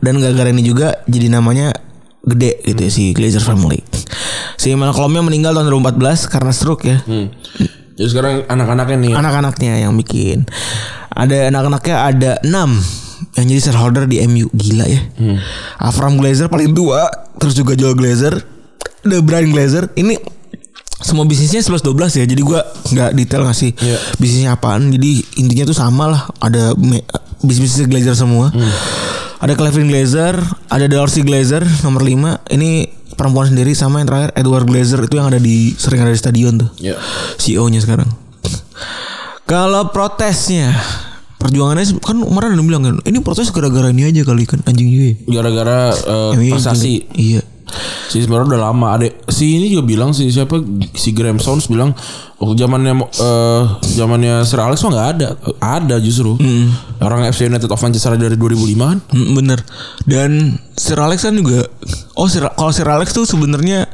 Speaker 3: dan gara-gara ini juga jadi namanya gede gitu ya, si Glazer Family. Si Malcolmnya meninggal tahun 2014 karena stroke ya.
Speaker 5: Hmm. Jadi sekarang anak-anaknya nih
Speaker 3: Anak-anaknya yang bikin. Ada anak-anaknya ada 6 yang jadi shareholder di MU gila ya.
Speaker 5: Hmm.
Speaker 3: Avram Glazer paling tua, terus juga Joel Glazer, The Brian Glazer. Ini semua bisnisnya 11 12 ya. Jadi gua nggak detail ngasih
Speaker 5: Iya.
Speaker 3: bisnisnya apaan. Jadi intinya tuh sama lah. Ada me- bisnis-bisnis Glazer semua.
Speaker 5: Hmm.
Speaker 3: Ada Clevin Glazer, ada Dorsey Glazer nomor 5. Ini perempuan sendiri sama yang terakhir Edward Glazer itu yang ada di sering ada di stadion tuh.
Speaker 5: Iya.
Speaker 3: CEO-nya E sekarang. Kalau protesnya perjuangannya kan kemarin udah bilang kan ini protes gara-gara ini aja kali kan anjing juga. ya.
Speaker 5: gara-gara eh,
Speaker 3: Ini
Speaker 5: prestasi
Speaker 3: anjing. Iya.
Speaker 5: Si sebenarnya udah lama ada si ini juga bilang si siapa si Graham Sounds bilang waktu zamannya eh, zamannya Sir Alex mah nggak ada ada justru orang FC United of Manchester dari 2005 kan
Speaker 3: Mm, Bener. Dan Sir Alex kan juga oh Sir, kalau Sir Alex tuh sebenarnya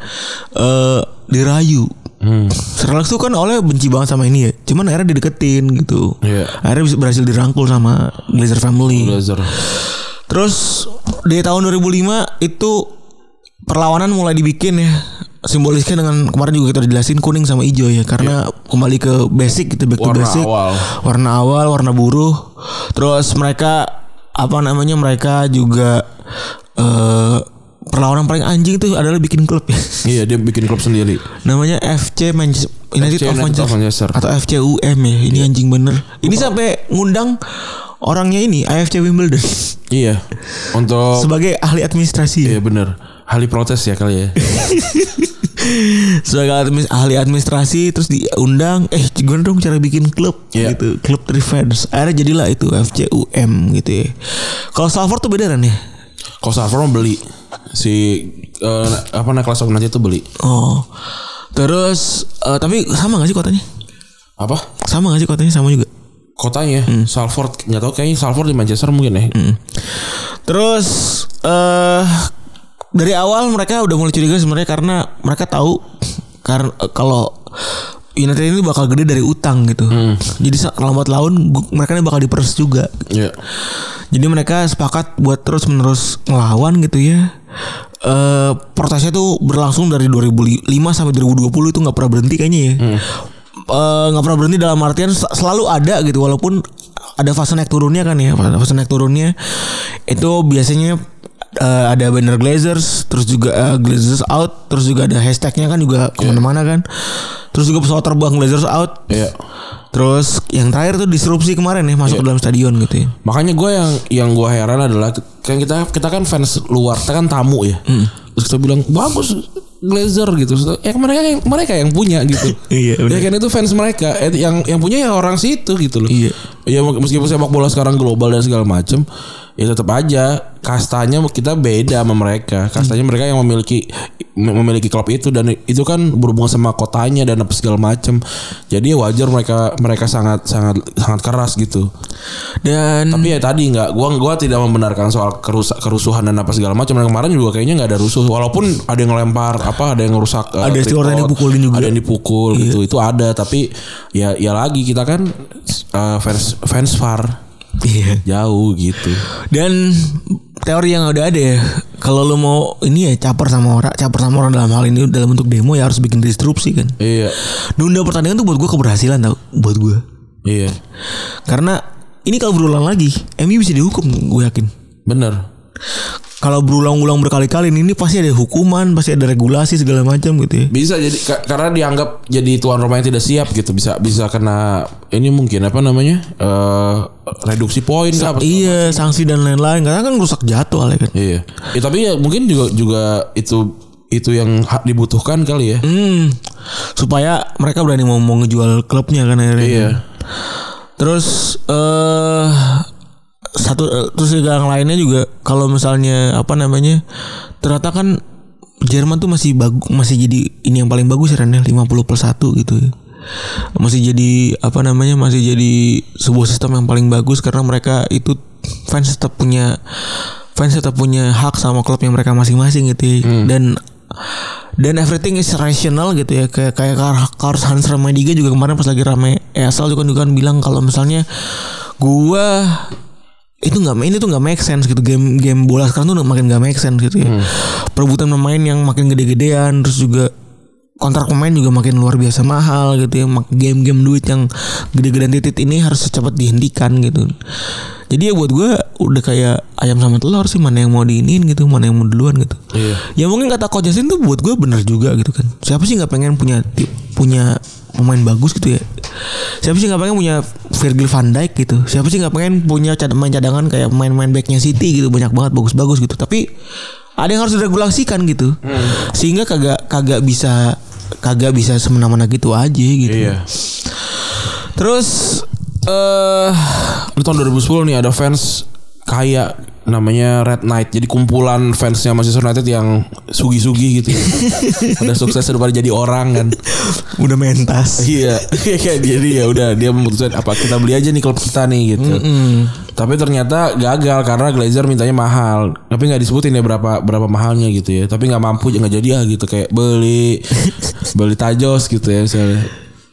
Speaker 3: eh dirayu.
Speaker 5: Hmm.
Speaker 3: Sir Alex tuh kan oleh benci banget sama ini ya. Cuman akhirnya dideketin gitu.
Speaker 5: Iya.
Speaker 3: Akhirnya bisa berhasil dirangkul sama Glazer family.
Speaker 5: Glazer
Speaker 3: Terus di tahun 2005 itu perlawanan mulai dibikin ya. Simbolisnya dengan kemarin juga kita udah jelasin kuning sama hijau ya karena kembali ke basic gitu back to
Speaker 5: Iya. Warna
Speaker 3: basic.
Speaker 5: awal.
Speaker 3: Warna awal, warna buruh. Terus mereka apa namanya mereka juga eh perlawanan paling anjing itu adalah bikin klub ya.
Speaker 5: iya dia bikin klub sendiri
Speaker 3: Namanya FC Manchester United,
Speaker 5: FC
Speaker 3: of
Speaker 5: United
Speaker 3: Manchester,
Speaker 5: of Manchester. Iya.
Speaker 3: atau FCUM ya. Ini anjing bener. Ini sampai ngundang orangnya ini AFC Wimbledon
Speaker 5: iya untuk
Speaker 3: sebagai ahli administrasi. ya.
Speaker 5: iya bener Hali protes ya kali ya
Speaker 3: sebagai admi- ahli administrasi terus diundang eh gimana dong cara bikin klub
Speaker 5: Iya.
Speaker 3: gitu klub Trifans akhirnya jadilah itu FCUM gitu ya kalau Salford tuh beda kan ya
Speaker 5: Kalau Salford mah beli si eh, apa nah kelas nanti itu beli
Speaker 3: oh terus eh, tapi sama gak sih kotanya
Speaker 5: apa
Speaker 3: sama gak sih kotanya sama juga
Speaker 5: kotanya Salford nggak tahu kayaknya Salford di Manchester mungkin ya
Speaker 3: terus eh dari awal mereka udah mulai curiga sebenarnya karena mereka tahu karena kalau United ini bakal gede dari utang gitu. Jadi sa- lambat laun gu- mereka ini bakal diperes juga.
Speaker 5: Iya.
Speaker 3: Jadi mereka sepakat buat terus menerus ngelawan gitu ya. Eh protesnya tuh berlangsung dari 2005 sampai 2020 itu nggak pernah berhenti kayaknya ya. Eh, nggak pernah berhenti dalam artian sel- selalu ada gitu walaupun ada fase naik turunnya kan ya fase naik turunnya itu biasanya eh, ada banner Glazers terus juga eh, Glazers out terus juga ada hashtagnya kan juga kemana-mana kan terus juga pesawat terbang Glazers out
Speaker 5: Iya.
Speaker 3: terus yang terakhir tuh disrupsi kemarin ya masuk ke dalam stadion gitu ya
Speaker 5: Makanya gue yang yang gue heran adalah kan kita kita kan fans luar, kita kan tamu ya.
Speaker 3: Hmm.
Speaker 5: Terus kita bilang bagus Glazer gitu. Terus, Ya mereka yang mereka yang punya gitu.
Speaker 3: Iya,
Speaker 5: Ya
Speaker 3: bener.
Speaker 5: kan itu fans mereka. Eh, Yang yang punya ya orang situ gitu loh.
Speaker 3: Iya.
Speaker 5: Ya meskipun sepak bola sekarang global dan segala macem ya tetap aja kastanya kita beda sama mereka. Kastanya mereka yang memiliki memiliki klub itu dan itu kan berhubungan sama kotanya dan apa segala macem Jadi ya wajar mereka mereka sangat sangat sangat keras gitu.
Speaker 3: dan
Speaker 5: Tapi ya tadi nggak, gua gua tidak membenarkan soal kerus- kerusuhan dan apa segala macam. Dan kemarin juga kayaknya nggak ada rusuh. Walaupun ada yang ngelempar apa, ada yang ngerusak. eh,
Speaker 3: Ada steward yang
Speaker 5: tripod,
Speaker 3: dipukulin juga.
Speaker 5: Ada yang dipukul gitu. Itu ada. Tapi ya ya lagi kita kan eh, fans fans far
Speaker 3: Iya.
Speaker 5: jauh gitu.
Speaker 3: Dan teori yang udah ada ya, kalau lu mau ini ya caper sama orang, caper sama orang dalam hal ini dalam bentuk demo ya harus bikin disrupsi kan.
Speaker 5: Iya
Speaker 3: Nunda pertandingan tuh buat gua keberhasilan tau, buat gua.
Speaker 5: iya
Speaker 3: Karena ini kalau berulang lagi, MU bisa dihukum gue yakin.
Speaker 5: bener.
Speaker 3: kalau berulang-ulang berkali-kali ini pasti ada hukuman, pasti ada regulasi segala macam gitu ya.
Speaker 5: bisa jadi ka- karena dianggap jadi tuan rumah yang tidak siap gitu bisa bisa kena ini mungkin apa namanya eh reduksi poin kah, apa segala
Speaker 3: iya, sanksi dan lain-lain karena kan rusak jadwal ya kan.
Speaker 5: Iya. Ya, tapi ya mungkin juga juga itu itu yang ha- dibutuhkan kali ya.
Speaker 3: Hmm, supaya mereka berani mau, mau ngejual klubnya kan akhirnya.
Speaker 5: Iya.
Speaker 3: Terus eh satu eh, terus juga yang lainnya juga kalau misalnya apa namanya ternyata kan Jerman tuh masih bagus masih jadi ini yang paling bagus ya Ren, ya, 50 plus 1 gitu ya. Masih jadi apa namanya masih jadi sebuah sistem yang paling bagus karena mereka itu fans tetap punya fans tetap punya hak sama klubnya mereka masing-masing gitu ya. dan dan everything is rational gitu ya kayak kayak Kar- Karls Hans Ramadiga juga kemarin pas lagi rame ESL juga juga kan bilang kalau misalnya gua itu nggak main itu nggak make sense gitu game game bola sekarang tuh makin nggak make sense gitu ya perebutan pemain yang makin gede-gedean terus juga kontrak pemain juga makin luar biasa mahal gitu ya Mak- game-game duit yang gede-gedean titit ini harus secepat dihentikan gitu jadi ya buat gua udah kayak ayam sama telur sih mana yang mau diinin gitu mana yang mau duluan gitu
Speaker 5: Iya.
Speaker 3: ya mungkin kata Coach Justin tuh buat gue bener juga gitu kan siapa sih nggak pengen punya ti- punya pemain bagus gitu ya siapa sih nggak pengen punya Virgil van Dijk gitu siapa sih nggak pengen punya cad- pemain cadangan kayak main-main backnya City gitu banyak banget bagus-bagus gitu tapi ada yang harus diregulasikan gitu sehingga kagak kagak bisa kagak bisa semena-mena gitu aja gitu
Speaker 5: Iya.
Speaker 3: terus eh
Speaker 5: Di tahun 2010 nih ada fans kaya namanya Red Knight. Jadi kumpulan fansnya Manchester United yang sugi-sugi gitu. udah sukses udah pada jadi orang kan.
Speaker 3: udah mentas
Speaker 5: Iya. Kayak jadi ya udah dia memutuskan apa kita beli aja nih klub kita nih gitu. Tapi ternyata gagal karena Glazer mintanya mahal. Tapi nggak disebutin ya berapa berapa mahalnya gitu ya. Tapi nggak mampu nggak jadi ah gitu kayak beli beli tajos gitu ya misalnya.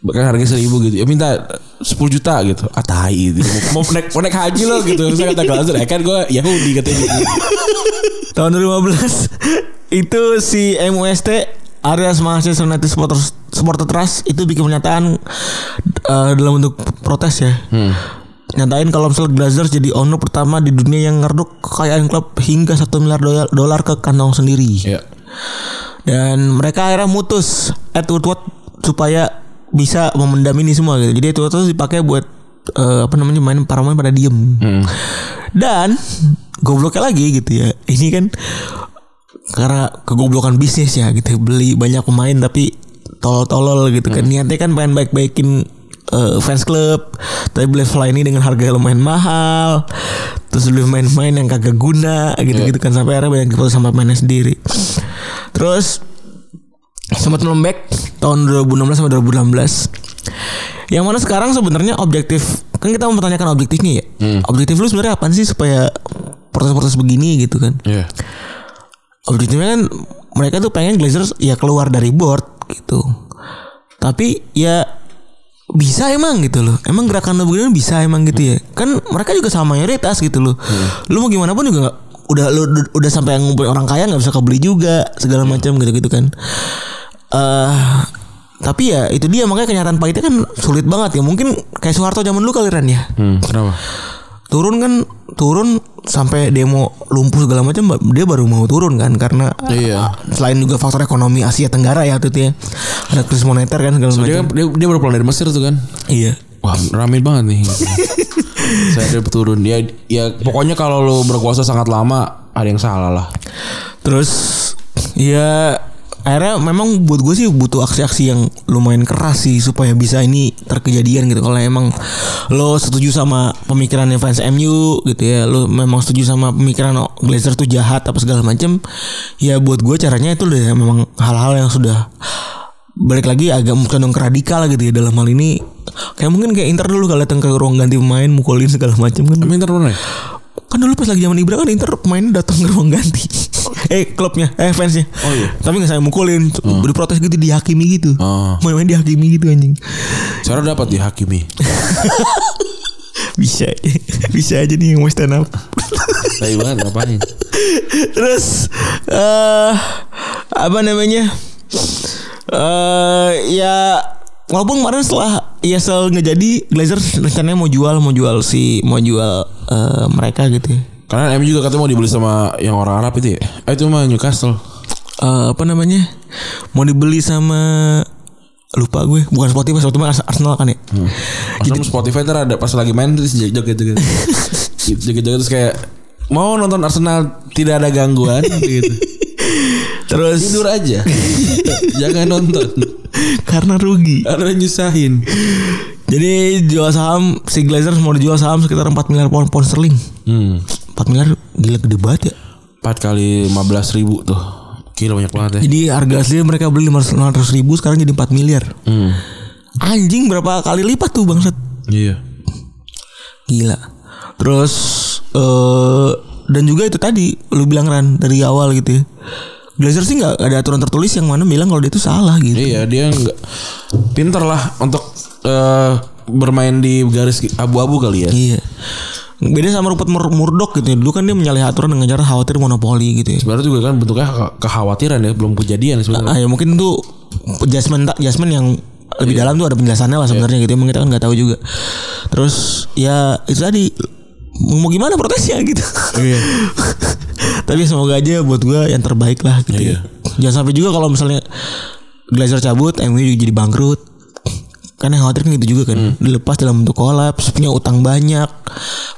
Speaker 5: Bahkan harganya seribu gitu. Ya minta 10 juta gitu. Ah tai gitu. Mau, mau naik mau naik haji lo gitu. Saya kata Glazer, "Eh, kan gue Yahudi katanya gitu.
Speaker 3: tahun 2015 itu si MUST Areas Manchester United Supporters Supporter Trust itu bikin pernyataan eh, dalam bentuk protes ya. Nyatain kalau misalnya Glazers jadi owner pertama di dunia yang ngerduk kekayaan klub hingga 1 miliar dolar- dolar ke kantong sendiri.
Speaker 5: Iya.
Speaker 3: Dan mereka akhirnya mutus Ed Woodward supaya bisa memendam ini semua gitu. Jadi Ed Woodward tuh dipakai buat eh, apa namanya main para pemain pada diem. Dan gobloknya lagi gitu ya. Ini kan karena kegoblokan bisnis ya gitu beli banyak pemain tapi tolol-tolol gitu kan niatnya kan pengen baik-baikin eh, fans club tapi beli fly ini dengan harga yang lumayan mahal terus beli main-main yang kagak guna gitu-gitu kan sampai akhirnya banyak diputus sama pemainnya sendiri terus sempat lembek tahun 2016 sampai 2016 yang mana sekarang sebenarnya objektif kan kita mempertanyakan objektifnya ya objektif lu sebenarnya apaan sih supaya proses-proses begini gitu kan
Speaker 5: Iya.
Speaker 3: objektifnya kan mereka tuh pengen Glazers ya keluar dari board gitu. Tapi ya bisa emang gitu loh. Emang gerakan lo begini bisa emang gitu ya. Kan mereka juga sama mayoritas gitu loh. Lu mau gimana pun juga nggak- udah lu udah- udah sampai yang ngumpulin orang kaya nggak bisa kebeli juga segala macam gitu-gitu kan. Eh tapi ya itu dia makanya kenyataan pahitnya kan sulit banget ya. Mungkin kayak Soeharto zaman dulu kali Ran ya
Speaker 5: Hmm, kenapa?
Speaker 3: turun kan turun sampai demo lumpuh segala macam ba- dia baru mau turun kan karena
Speaker 5: Iya.
Speaker 3: selain juga faktor ekonomi Asia Tenggara ya waktu itu ya ada krisis moneter kan segala
Speaker 5: Dia
Speaker 3: macam
Speaker 5: kan dia, dia baru pulang dari Mesir tuh kan.
Speaker 3: iya
Speaker 5: Wah rame banget nih Saya ada turun Ya, ya pokoknya kalau lo berkuasa sangat lama Ada yang salah lah
Speaker 3: terus ya akhirnya memang buat gue sih butuh aksi-aksi yang lumayan keras sih supaya bisa ini terkejadian gitu kalau emang lo setuju sama pemikirannya fans MU gitu ya lo memang setuju sama pemikiran oh, Glazer tuh jahat apa segala macem ya buat gue caranya itu udah memang hal-hal yang sudah balik lagi agak condong ke radikal gitu ya dalam hal ini kayak mungkin kayak Inter dulu kalau datang ke ruang ganti pemain mukulin segala macem kan
Speaker 5: Tapi ntar turun ya
Speaker 3: kan dulu pas lagi zaman Ibra kan Inter pemain datang ke ruang ganti eh klubnya eh fansnya
Speaker 5: Oh, iya. Ah.
Speaker 3: tapi nggak saya mukulin diprotes gitu dihakimi gitu
Speaker 5: Oh.
Speaker 3: main-main dihakimi gitu anjing
Speaker 5: Cara dapat ya Hakimi
Speaker 3: bisa bisa aja nih yang mau stand up
Speaker 5: Tai banget ngapain
Speaker 3: terus eh apa namanya eh ya walaupun kemarin setelah ESL nggak jadi Glazer rencananya mau jual mau jual si mau jual eh, mereka gitu ya.
Speaker 5: Karena MU juga katanya mau dibeli sama yang orang Arab itu ya. Eh itu mah Newcastle.
Speaker 3: Eh, apa namanya mau dibeli sama lupa gue bukan Spotify Spotify Ars- Arsenal kan ya
Speaker 5: Maksudnya Spotify ntar ada pas lagi main terus joget joget. joget joget terus kayak mau nonton Arsenal tidak ada gangguan gitu.
Speaker 3: terus
Speaker 5: Tidur aja. Jangan nonton.
Speaker 3: karena rugi
Speaker 5: Karena nyusahin.
Speaker 3: jadi jual saham si Glazers mau dijual saham sekitar 4 miliar pound pound sterling
Speaker 5: Hmm.
Speaker 3: 4 miliar gila gede banget ya
Speaker 5: 4 kali 15 ribu tuh. Gila banyak banget ya.
Speaker 3: jadi harga aslinya mereka beli 500 ribu sekarang jadi 4 miliar
Speaker 5: Hmm.
Speaker 3: anjing berapa kali lipat tuh bangsat
Speaker 5: Iya.
Speaker 3: Gila. Terus eh dan juga itu tadi lu bilang Ran dari awal gitu ya. Glazer sih nggak ada aturan tertulis yang mana bilang kalau dia itu salah gitu.
Speaker 5: Iya dia nggak pinter lah untuk eh, bermain di garis abu-abu kali ya.
Speaker 3: Iya. Beda sama Rupert Mur- Murdoch gitu ya. Dulu kan dia menyalahi aturan dengan cara khawatir monopoli gitu ya.
Speaker 5: Sebenarnya juga kan bentuknya ke- kekhawatiran ya belum kejadian sebenarnya.
Speaker 3: Ah ya mungkin tuh Jasmine tak Jasmine yang lebih dalam tuh ada penjelasannya lah sebenarnya gitu. Emang kita kan nggak tahu juga. Terus ya itu tadi mau gimana protesnya gitu. Tapi semoga aja buat gua yang terbaik lah gitu.
Speaker 5: Iya.
Speaker 3: ya. Jangan sampai juga kalau misalnya Glazer cabut, MU juga jadi bangkrut. Kan yang khawatir kan gitu juga kan. Dilepas dalam bentuk kolaps, punya utang banyak.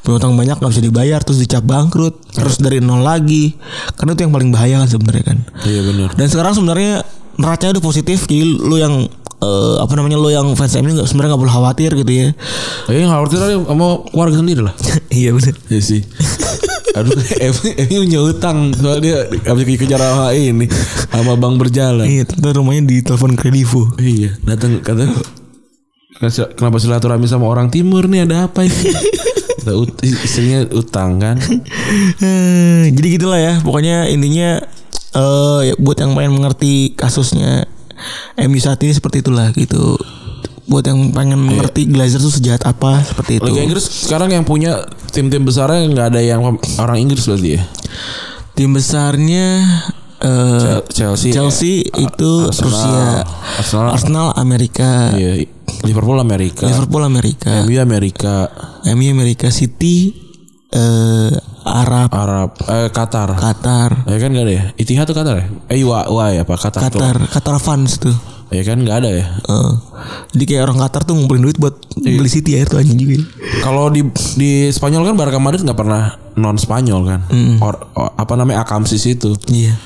Speaker 3: Punya utang banyak nggak bisa dibayar, terus dicap bangkrut, terus dari nol lagi. Karena itu yang paling bahaya kan sebenarnya kan.
Speaker 5: Iya benar.
Speaker 3: Dan sekarang sebenarnya neracanya udah positif jadi lu yang eh, apa namanya lu yang fans MU nggak sebenarnya nggak perlu khawatir gitu ya.
Speaker 5: Eh khawatir aja sama keluarga sendiri lah.
Speaker 3: iya benar.
Speaker 5: Iya sih. Aduh, Emi Emi punya utang soalnya dia habis dikejar sama ini sama bang berjalan.
Speaker 3: Iya, tentu rumahnya di telepon Kredivo.
Speaker 5: Iya, datang kata kenapa silaturahmi sama orang timur nih ada apa ini? Kata, "Ut- istrinya utang kan.
Speaker 3: Eh, jadi gitulah ya. Pokoknya intinya eh ya buat yang pengen mengerti kasusnya MU saat ini seperti itulah gitu. Buat yang pengen mengerti Glazer tuh sejahat apa seperti itu.
Speaker 5: Liga Inggris sekarang yang punya tim-tim besarnya nggak ada yang orang Inggris berarti ya.
Speaker 3: Tim besarnya eh
Speaker 5: Chelsea, eh,
Speaker 3: Chelsea itu
Speaker 5: Arsenal,
Speaker 3: Rusia,
Speaker 5: Arsenal,
Speaker 3: Arsenal Amerika,
Speaker 5: iya, Liverpool iya. Amerika,
Speaker 3: Liverpool Amerika,
Speaker 5: MU Amerika,
Speaker 3: MU Amerika City eh Arab,
Speaker 5: Arab, eh, Qatar.
Speaker 3: Qatar,
Speaker 5: Ya kan gak ada ya Itihad tuh Qatar ya Eh Wa Wa ya apa Qatar, tuh.
Speaker 3: Qatar, Qatar fans tuh.
Speaker 5: Ya kan gak ada ya
Speaker 3: Eh, jadi kayak orang Qatar tuh ngumpulin duit buat
Speaker 5: Iya.
Speaker 3: beli City air tuh anjing juga.
Speaker 5: Kalau di di Spanyol kan Barca Madrid gak pernah non Spanyol kan
Speaker 3: Hmm.
Speaker 5: Or- or- Apa namanya Akamsis itu
Speaker 3: Iya.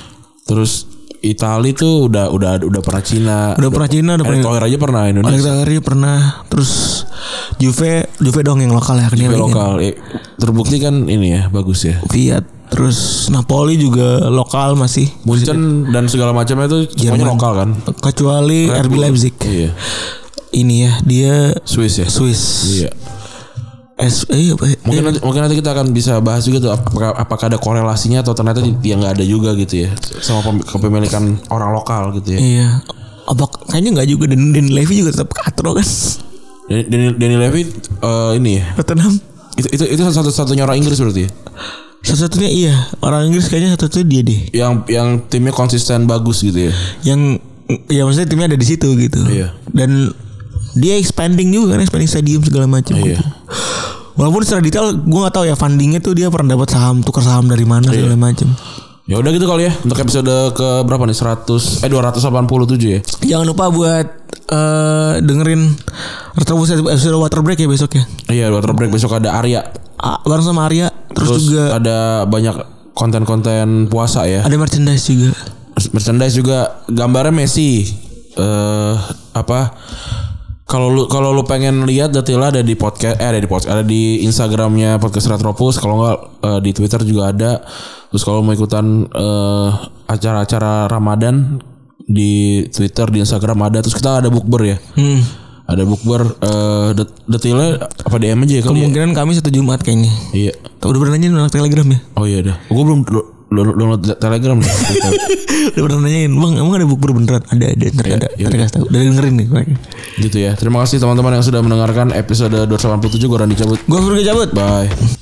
Speaker 5: Terus Itali tuh udah udah udah pernah Cina
Speaker 3: Udah pernah Cina, udah
Speaker 5: Erick
Speaker 3: pernah
Speaker 5: Thohir aja pernah
Speaker 3: Alex
Speaker 5: Indonesia
Speaker 3: Tagri pernah terus Juve Juve dong yang lokal ya kan
Speaker 5: Ke
Speaker 3: yang
Speaker 5: lokal Ya, Terbukti kan ini ya Bagus ya
Speaker 3: Fiat terus Napoli juga lokal masih
Speaker 5: Munchen dan segala macamnya itu Semuanya lokal kan
Speaker 3: kecuali RB Leipzig
Speaker 5: Iya
Speaker 3: ini ya dia
Speaker 5: Swiss ya
Speaker 3: Swiss
Speaker 5: Iya
Speaker 3: S eh apa ya?
Speaker 5: Mungkin nanti, mungkin nanti kita akan bisa bahas juga tuh apakah, apakah ada korelasinya atau ternyata dia nggak ada juga gitu ya sama pem- kepemilikan orang lokal gitu ya.
Speaker 3: iya apa kayaknya nggak juga dan dan Levy juga tetap katro kan
Speaker 5: Dan- Danny, Danny Levy eh, ini ya.
Speaker 3: Tottenham
Speaker 5: Itu itu itu satu-satunya orang Inggris berarti ya.
Speaker 3: satu-satunya iya orang Inggris kayaknya satu-satunya dia deh
Speaker 5: Yang yang timnya konsisten bagus gitu ya.
Speaker 3: yang ya maksudnya timnya ada di situ gitu.
Speaker 5: Iya.
Speaker 3: Dan dia expanding juga kan expanding stadium segala macam.
Speaker 5: Iya.
Speaker 3: Gitu. Walaupun secara detail gue gak tahu ya fundingnya tuh dia pernah dapat saham tukar saham dari mana
Speaker 5: Iya.
Speaker 3: segala macam.
Speaker 5: Ya udah gitu kali ya untuk episode ke berapa nih 100 eh 287 ya.
Speaker 3: Jangan lupa buat eh, dengerin retrobus episode water break ya besok ya.
Speaker 5: Iya, water break besok ada Arya.
Speaker 3: Ah, bareng sama Arya terus,
Speaker 5: Terus,
Speaker 3: juga
Speaker 5: ada banyak konten-konten puasa ya.
Speaker 3: ada merchandise juga.
Speaker 5: merchandise juga gambarnya Messi eh apa kalau lu kalau lu pengen lihat detailnya ada di podcast eh ada di podcast ada di Instagramnya podcast Retropus kalau nggak eh, di Twitter juga ada terus kalau mau ikutan eh, acara-acara Ramadan di Twitter di Instagram ada terus kita ada bukber ya
Speaker 3: Hmm.
Speaker 5: ada bukber eh, det- detailnya apa DM aja ya kali ya?
Speaker 3: Kemungkinan kami satu Jumat kayaknya.
Speaker 5: iya
Speaker 3: Tuh, Udah pernah nanyain anak telegram ya?
Speaker 5: oh iya dah gue belum do- do- download Telegram nih.
Speaker 3: Udah pernah nanyain Bang emang ada bukber beneran? Ada ada ntar ada
Speaker 5: iya.
Speaker 3: Ntar kasih tau Udah dengerin nih
Speaker 5: gitu ya terima kasih teman-teman yang sudah mendengarkan episode 287 gue Randy cabut
Speaker 3: Gue suruh cabut
Speaker 5: Bye.